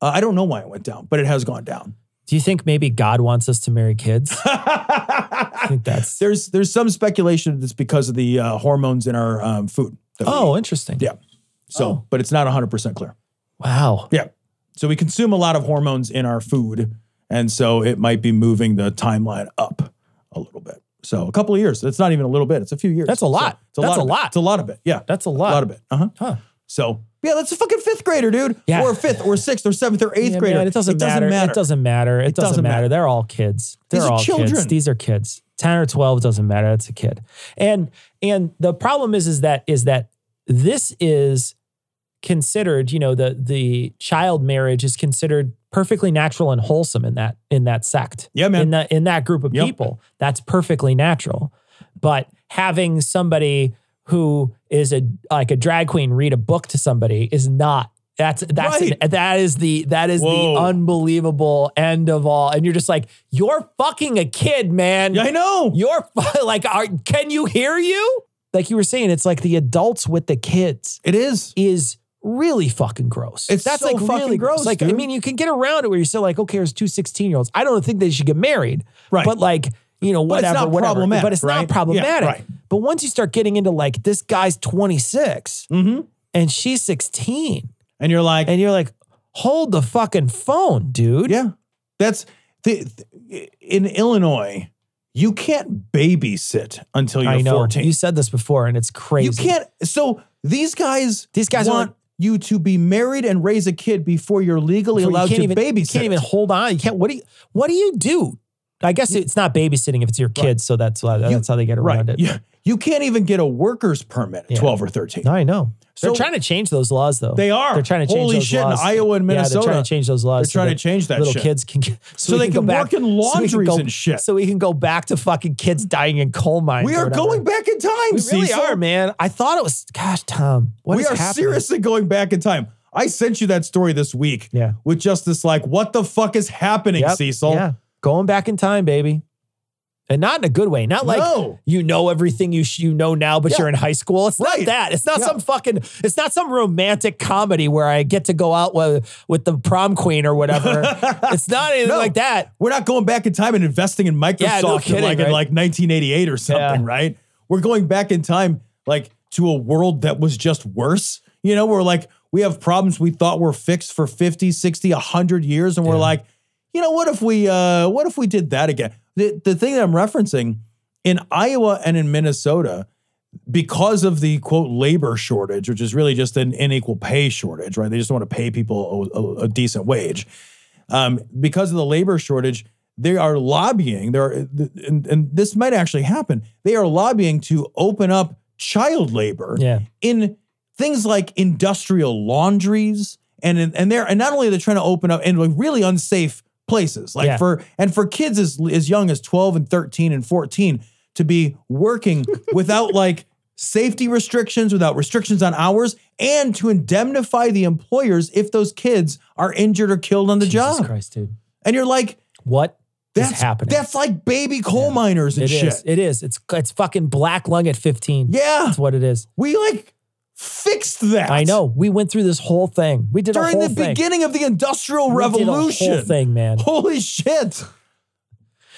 [SPEAKER 1] Uh, I don't know why it went down, but it has gone down.
[SPEAKER 2] Do you think maybe God wants us to marry kids? I think that's
[SPEAKER 1] There's there's some speculation that it's because of the uh, hormones in our um, food. that we
[SPEAKER 2] Oh,
[SPEAKER 1] eat.
[SPEAKER 2] interesting.
[SPEAKER 1] yeah. So,
[SPEAKER 2] Oh.
[SPEAKER 1] but it's not 100 percent clear.
[SPEAKER 2] Wow.
[SPEAKER 1] Yeah. So we consume a lot of hormones in our food. And so it might be moving the timeline up a little bit. So a couple of years. It's not even a little bit. It's a few years.
[SPEAKER 2] That's a lot.
[SPEAKER 1] So it's a lot.
[SPEAKER 2] That's a
[SPEAKER 1] of it.
[SPEAKER 2] lot.
[SPEAKER 1] It's a lot of it. Yeah.
[SPEAKER 2] That's a lot.
[SPEAKER 1] A lot of it. Uh huh.
[SPEAKER 2] Huh.
[SPEAKER 1] So yeah, that's a fucking fifth grader, dude.
[SPEAKER 2] Yeah.
[SPEAKER 1] Or fifth or sixth or seventh or eighth
[SPEAKER 2] Yeah,
[SPEAKER 1] grader.
[SPEAKER 2] man, it doesn't, matter. It doesn't matter. It, doesn't,
[SPEAKER 1] doesn't
[SPEAKER 2] matter.
[SPEAKER 1] matter.
[SPEAKER 2] They're all kids. They're
[SPEAKER 1] These are
[SPEAKER 2] all kids.
[SPEAKER 1] children.
[SPEAKER 2] These are kids. Ten or twelve doesn't matter. It's a kid. And and the problem is is that is that this is considered. You know the the child marriage is considered perfectly natural and wholesome in that in that sect.
[SPEAKER 1] Yeah, man.
[SPEAKER 2] In that in that group of
[SPEAKER 1] Yep.
[SPEAKER 2] people, that's perfectly natural. But having somebody who is a like a drag queen read a book to somebody is not. That's that's an-
[SPEAKER 1] Right.
[SPEAKER 2] that is the that is
[SPEAKER 1] Whoa.
[SPEAKER 2] the unbelievable end of all. And you're just like, you're fucking a kid, man.
[SPEAKER 1] Yeah, I know.
[SPEAKER 2] You're fu- like, are, can you hear you? Like you were saying, it's like the adults with the kids
[SPEAKER 1] It is.
[SPEAKER 2] is really fucking gross.
[SPEAKER 1] It's
[SPEAKER 2] That's
[SPEAKER 1] so
[SPEAKER 2] like
[SPEAKER 1] fucking
[SPEAKER 2] really
[SPEAKER 1] gross,
[SPEAKER 2] Like, I
[SPEAKER 1] dude.
[SPEAKER 2] mean, you can get around it where you're still like, okay, there's two 16 year olds. I don't think they should get married.
[SPEAKER 1] Right.
[SPEAKER 2] But like, you know,
[SPEAKER 1] it's
[SPEAKER 2] whatever,
[SPEAKER 1] not
[SPEAKER 2] whatever.
[SPEAKER 1] problematic,
[SPEAKER 2] But it's
[SPEAKER 1] right?
[SPEAKER 2] not
[SPEAKER 1] Yeah,
[SPEAKER 2] problematic.
[SPEAKER 1] right.
[SPEAKER 2] But once you start getting into like, this guy's 26
[SPEAKER 1] Mhm.
[SPEAKER 2] and she's 16
[SPEAKER 1] And you're like,
[SPEAKER 2] and you're like, hold the fucking phone, dude.
[SPEAKER 1] yeah, that's the, th- in Illinois, you can't babysit until you're
[SPEAKER 2] I know.
[SPEAKER 1] 14.
[SPEAKER 2] You said this before, and it's crazy.
[SPEAKER 1] You can't. So these guys,
[SPEAKER 2] These guys are
[SPEAKER 1] want
[SPEAKER 2] like-
[SPEAKER 1] you to be married and raise a kid before you're legally
[SPEAKER 2] Before you
[SPEAKER 1] allowed
[SPEAKER 2] can't
[SPEAKER 1] to
[SPEAKER 2] even, You
[SPEAKER 1] babysit.
[SPEAKER 2] can't even hold on. You can't. What do you? What do you do? I guess it's not babysitting if it's your kids, so that's why, that's how they get
[SPEAKER 1] right.
[SPEAKER 2] around it.
[SPEAKER 1] You, you can't even get a worker's permit at 12 or 13.
[SPEAKER 2] No, I know. they're
[SPEAKER 1] So-
[SPEAKER 2] trying to change those laws, though.
[SPEAKER 1] They are.
[SPEAKER 2] They're trying to change
[SPEAKER 1] Holy
[SPEAKER 2] those
[SPEAKER 1] shit, in
[SPEAKER 2] laws.
[SPEAKER 1] Iowa and
[SPEAKER 2] Yeah, they're trying
[SPEAKER 1] Minnesota,
[SPEAKER 2] to change those laws.
[SPEAKER 1] they're trying to change that
[SPEAKER 2] little
[SPEAKER 1] shit.
[SPEAKER 2] kids can get,
[SPEAKER 1] So
[SPEAKER 2] we
[SPEAKER 1] they
[SPEAKER 2] go
[SPEAKER 1] can
[SPEAKER 2] back,
[SPEAKER 1] work in
[SPEAKER 2] so we can
[SPEAKER 1] laundries
[SPEAKER 2] go-
[SPEAKER 1] and shit.
[SPEAKER 2] So we can go back to fucking kids dying in coal mines.
[SPEAKER 1] we
[SPEAKER 2] or
[SPEAKER 1] are
[SPEAKER 2] whatever.
[SPEAKER 1] going back in time,
[SPEAKER 2] We really
[SPEAKER 1] Cecil.
[SPEAKER 2] are, man. I thought it was. Gosh, Tom, what
[SPEAKER 1] we
[SPEAKER 2] is
[SPEAKER 1] are
[SPEAKER 2] happening?
[SPEAKER 1] seriously going back in time. I sent you that story this week
[SPEAKER 2] Yeah.
[SPEAKER 1] with just this like, what the fuck is happening,
[SPEAKER 2] Yep.
[SPEAKER 1] Cecil?
[SPEAKER 2] Yeah. Going back in time, baby. And not in a good way. Not like
[SPEAKER 1] No.
[SPEAKER 2] you know everything you sh- you know now, but
[SPEAKER 1] Yeah.
[SPEAKER 2] you're in high school. It's not
[SPEAKER 1] Right.
[SPEAKER 2] that. It's not
[SPEAKER 1] Yeah.
[SPEAKER 2] some fucking. It's not some romantic comedy where I get to go out with with the prom queen or whatever. it's not anything
[SPEAKER 1] No.
[SPEAKER 2] like that.
[SPEAKER 1] We're not going back in time and investing in Microsoft
[SPEAKER 2] Yeah, no
[SPEAKER 1] in,
[SPEAKER 2] kidding,
[SPEAKER 1] like
[SPEAKER 2] right?
[SPEAKER 1] in like 1988 or something,
[SPEAKER 2] Yeah.
[SPEAKER 1] right? We're going back in time like to a world that was just worse. You know, we're like We have problems we thought were fixed for 50, 60, 100 years and we're like, you know, what if we uh what if we did that again? The the thing that I'm referencing in Iowa and in Minnesota, because of the quote labor shortage, which is really just an unequal pay shortage, right? They just want to pay people a, a- a decent wage. Um, because of the labor shortage, they are lobbying. There, are, and, and this might actually happen. They are lobbying to open up child labor
[SPEAKER 2] Yeah.
[SPEAKER 1] in things like industrial laundries and in, and they're and not only are they trying to open up and like really unsafe places like
[SPEAKER 2] Yeah.
[SPEAKER 1] for and for kids as as young as 12 and 13 and 14 to be working without like safety restrictions without restrictions on hours and to indemnify the employers if those kids are injured or killed on the
[SPEAKER 2] Jesus
[SPEAKER 1] job
[SPEAKER 2] Christ, dude.
[SPEAKER 1] and you're like
[SPEAKER 2] What is
[SPEAKER 1] that's
[SPEAKER 2] happening?
[SPEAKER 1] that's like baby coal miners and
[SPEAKER 2] It
[SPEAKER 1] shit
[SPEAKER 2] is. It is. It's it's fucking black lung at 15.
[SPEAKER 1] yeah
[SPEAKER 2] That's what it is.
[SPEAKER 1] we like fixed that
[SPEAKER 2] I know. We went through this whole thing. We did a
[SPEAKER 1] during
[SPEAKER 2] whole
[SPEAKER 1] the
[SPEAKER 2] thing.
[SPEAKER 1] beginning of the industrial
[SPEAKER 2] We did a whole
[SPEAKER 1] revolution
[SPEAKER 2] thing, man.
[SPEAKER 1] Holy shit.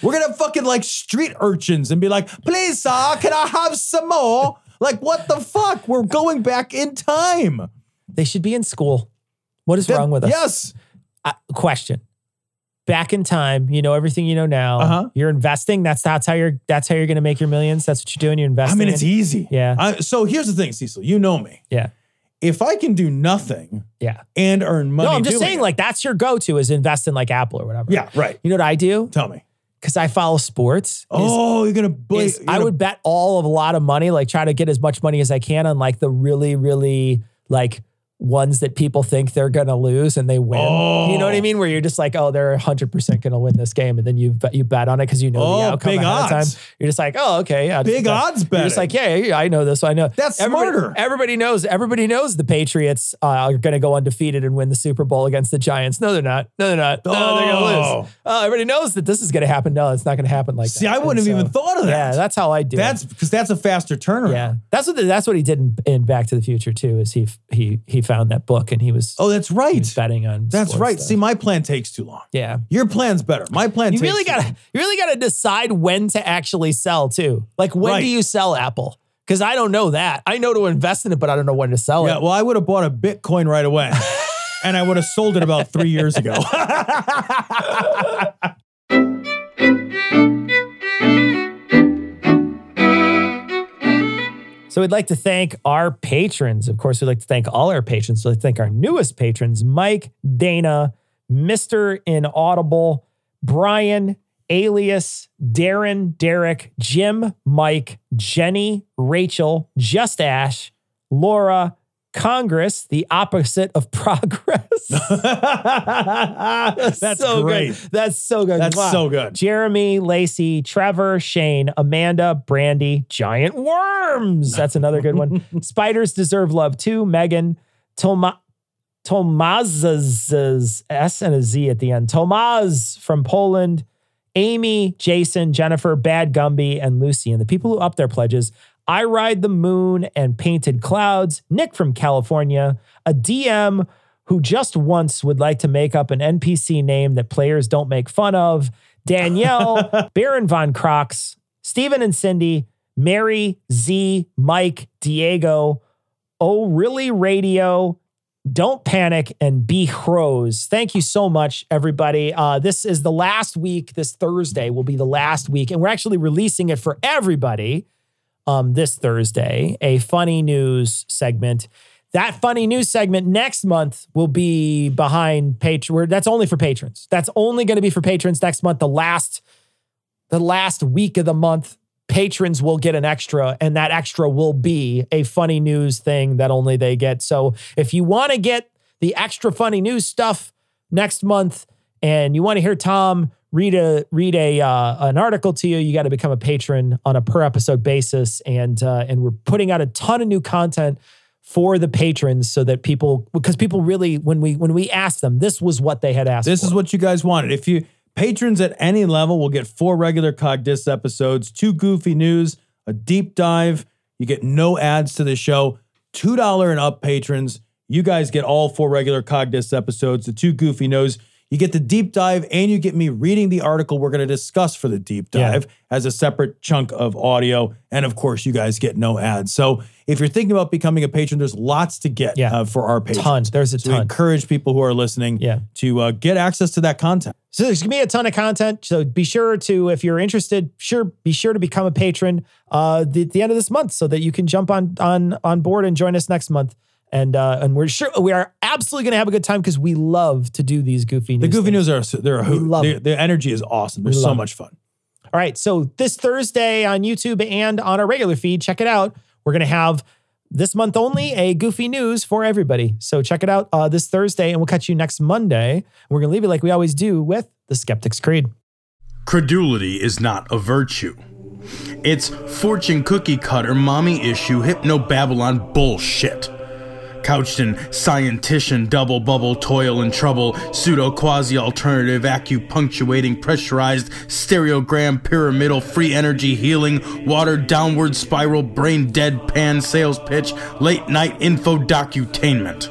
[SPEAKER 1] We're gonna have fucking like street urchins and be like, please, sir, can I have some more? Like, what the fuck? We're going back in time. What's
[SPEAKER 2] They should be in school. What is wrong with us?
[SPEAKER 1] Yes.
[SPEAKER 2] I- question. Back in time, you know everything you know now.
[SPEAKER 1] Uh-huh.
[SPEAKER 2] You're investing. That's that's how you're. That's how you're going to make your millions. That's what you're doing. You're
[SPEAKER 1] I
[SPEAKER 2] investing.
[SPEAKER 1] mean, it's e-
[SPEAKER 2] in-
[SPEAKER 1] easy.
[SPEAKER 2] Yeah.
[SPEAKER 1] I, so here's the thing, Cecil. You know me.
[SPEAKER 2] yeah,
[SPEAKER 1] If I can do nothing
[SPEAKER 2] yeah.
[SPEAKER 1] and earn money,
[SPEAKER 2] No, I'm just
[SPEAKER 1] doing
[SPEAKER 2] saying.
[SPEAKER 1] it-
[SPEAKER 2] Like that's your go-to is invest in like Apple or whatever.
[SPEAKER 1] yeah, right.
[SPEAKER 2] You know what I do?
[SPEAKER 1] Tell me.
[SPEAKER 2] Because I follow sports. is-
[SPEAKER 1] oh, you're gonna. Bla-
[SPEAKER 2] is
[SPEAKER 1] you're
[SPEAKER 2] I
[SPEAKER 1] gonna-
[SPEAKER 2] would bet all of a lot of money, like try to get as much money as I can on like the really, really like ones that people think they're gonna lose and they win. You know what I
[SPEAKER 1] Oh.
[SPEAKER 2] mean? Where you're just like, oh, they're 100 percent gonna win this game, and then you bet, you bet on it because you know
[SPEAKER 1] Oh,
[SPEAKER 2] the outcome
[SPEAKER 1] big
[SPEAKER 2] ahead of
[SPEAKER 1] odds.
[SPEAKER 2] time. You're just like, oh, okay, yeah,
[SPEAKER 1] Big
[SPEAKER 2] that's-
[SPEAKER 1] odds
[SPEAKER 2] You're
[SPEAKER 1] betting.
[SPEAKER 2] just like, yeah, yeah, I know this. I know
[SPEAKER 1] That's
[SPEAKER 2] everybody,
[SPEAKER 1] smarter.
[SPEAKER 2] Everybody knows. Everybody knows the Patriots uh, are gonna go undefeated and win the Super Bowl against the Giants. No, they're not. No, they're not. No, they're gonna
[SPEAKER 1] Oh.
[SPEAKER 2] lose. Oh, everybody knows that this is gonna happen. No, it's not gonna happen like
[SPEAKER 1] See,
[SPEAKER 2] that.
[SPEAKER 1] I wouldn't
[SPEAKER 2] And
[SPEAKER 1] have even
[SPEAKER 2] so-
[SPEAKER 1] thought of that.
[SPEAKER 2] Yeah, that's how I do. it.
[SPEAKER 1] That's because that's a faster turnaround.
[SPEAKER 2] yeah, that's what the, that's what he did in, in Back to the Future too. Is he f- he he found that book and he was,
[SPEAKER 1] Oh, that's
[SPEAKER 2] he
[SPEAKER 1] right.
[SPEAKER 2] was betting on.
[SPEAKER 1] That's
[SPEAKER 2] sports
[SPEAKER 1] right.
[SPEAKER 2] stuff.
[SPEAKER 1] See, my plan takes too long.
[SPEAKER 2] yeah,
[SPEAKER 1] Your plan's better. My plan.
[SPEAKER 2] you
[SPEAKER 1] takes
[SPEAKER 2] really
[SPEAKER 1] too
[SPEAKER 2] gotta
[SPEAKER 1] long.
[SPEAKER 2] you really gotta decide when to actually sell too. Like when
[SPEAKER 1] Right.
[SPEAKER 2] do you sell Apple? Because I don't know that. I know to invest in it, but I don't know when to sell
[SPEAKER 1] Yeah.
[SPEAKER 2] it.
[SPEAKER 1] Well, I would have bought a Bitcoin right away, and I would have sold it about three years ago.
[SPEAKER 2] So we'd like to thank our patrons. Of course, we'd like to thank all our patrons. We'd like to thank our newest patrons, Mike, Dana, Mr. Inaudible, Brian, Alias, Darren, Derek, Jim, Mike, Jenny, Rachel, Just Ash, Laura, Congress, the opposite of progress.
[SPEAKER 1] that's
[SPEAKER 2] so
[SPEAKER 1] great.
[SPEAKER 2] Good. That's so good.
[SPEAKER 1] That's
[SPEAKER 2] Wow.
[SPEAKER 1] so good.
[SPEAKER 2] Jeremy, Lacey, Trevor, Shane, Amanda, Brandy, Giant Worms. That's another good one. Spiders deserve love too. Megan, Toma, Tomaz's S and a Z at the end. Tomaz from Poland. Amy, Jason, Jennifer, Bad Gumby, and Lucy. And the people who up their pledges I Ride the Moon and Painted Clouds, Nick from California, a DM who just once would like to make up an NPC name that players don't make fun of, Danielle, Baron Von Crox, Stephen and Cindy, Mary, Z, Mike, Diego, Oh Really Radio, don't panic and be crows. Thank you so much, everybody. Uh, this is the last week. This Thursday will be the last week, and we're actually releasing it for everybody um, this Thursday. A funny news segment. That funny news segment next month will be behind patron. That's only for patrons. That's only going to be for patrons next month. The last, the last week of the month, patrons will get an extra, and that extra will be a funny news thing that only they get. So if you want to get the extra funny news stuff next month, and you want to hear Tom read a read a uh, an article to you, you got to become a patron on a per episode basis, and uh, and we're putting out a ton of new content for the patrons so that people because people really when we when we asked them this was what they had asked
[SPEAKER 1] This
[SPEAKER 2] for.
[SPEAKER 1] is what you guys wanted. If you patrons at any level will get four regular Cogdis episodes, two goofy news, a deep dive. You get no ads to the show. Two dollar and up patrons, you guys get all four regular Cogdis episodes, the two goofy news. You You get the deep dive and you get me reading the article we're going to discuss for the deep
[SPEAKER 2] Yeah.
[SPEAKER 1] dive as a separate chunk of audio. And of course, you guys get no ads. So if you're thinking about becoming a patron, there's lots to get
[SPEAKER 2] Yeah.
[SPEAKER 1] uh, for our patrons.
[SPEAKER 2] Tons. There's a
[SPEAKER 1] So we
[SPEAKER 2] ton.
[SPEAKER 1] encourage people who are listening
[SPEAKER 2] Yeah.
[SPEAKER 1] to uh, get access to that content.
[SPEAKER 2] So there's gonna be a ton of content. So be sure to, if you're interested, sure be sure to become a patron uh, the- at the end of this month, so that you can jump on on on board and join us next month. And uh, and we're sure we are absolutely gonna have a good time because we love to do these goofy
[SPEAKER 1] The
[SPEAKER 2] news.
[SPEAKER 1] Goofy
[SPEAKER 2] things.
[SPEAKER 1] News are they're a hoot.
[SPEAKER 2] love
[SPEAKER 1] The-
[SPEAKER 2] it.
[SPEAKER 1] the energy is awesome. They're
[SPEAKER 2] We
[SPEAKER 1] so
[SPEAKER 2] love it.
[SPEAKER 1] much fun.
[SPEAKER 2] All right. So this Thursday on YouTube and on our regular feed, check it out. We're going to have this month only a goofy news for everybody. So check it out uh, this Thursday, and we'll catch you next Monday. We're going to leave it like we always do with the Skeptic's Creed.
[SPEAKER 9] Credulity is not a virtue. It's fortune cookie cutter, mommy issue, hypno Babylon bullshit. Couched in scientician, double bubble, toil and trouble, pseudo quasi alternative, acupunctuating, pressurized, stereogram, pyramidal, free energy healing, watered downward spiral, brain deadpan, sales pitch, late night info docutainment.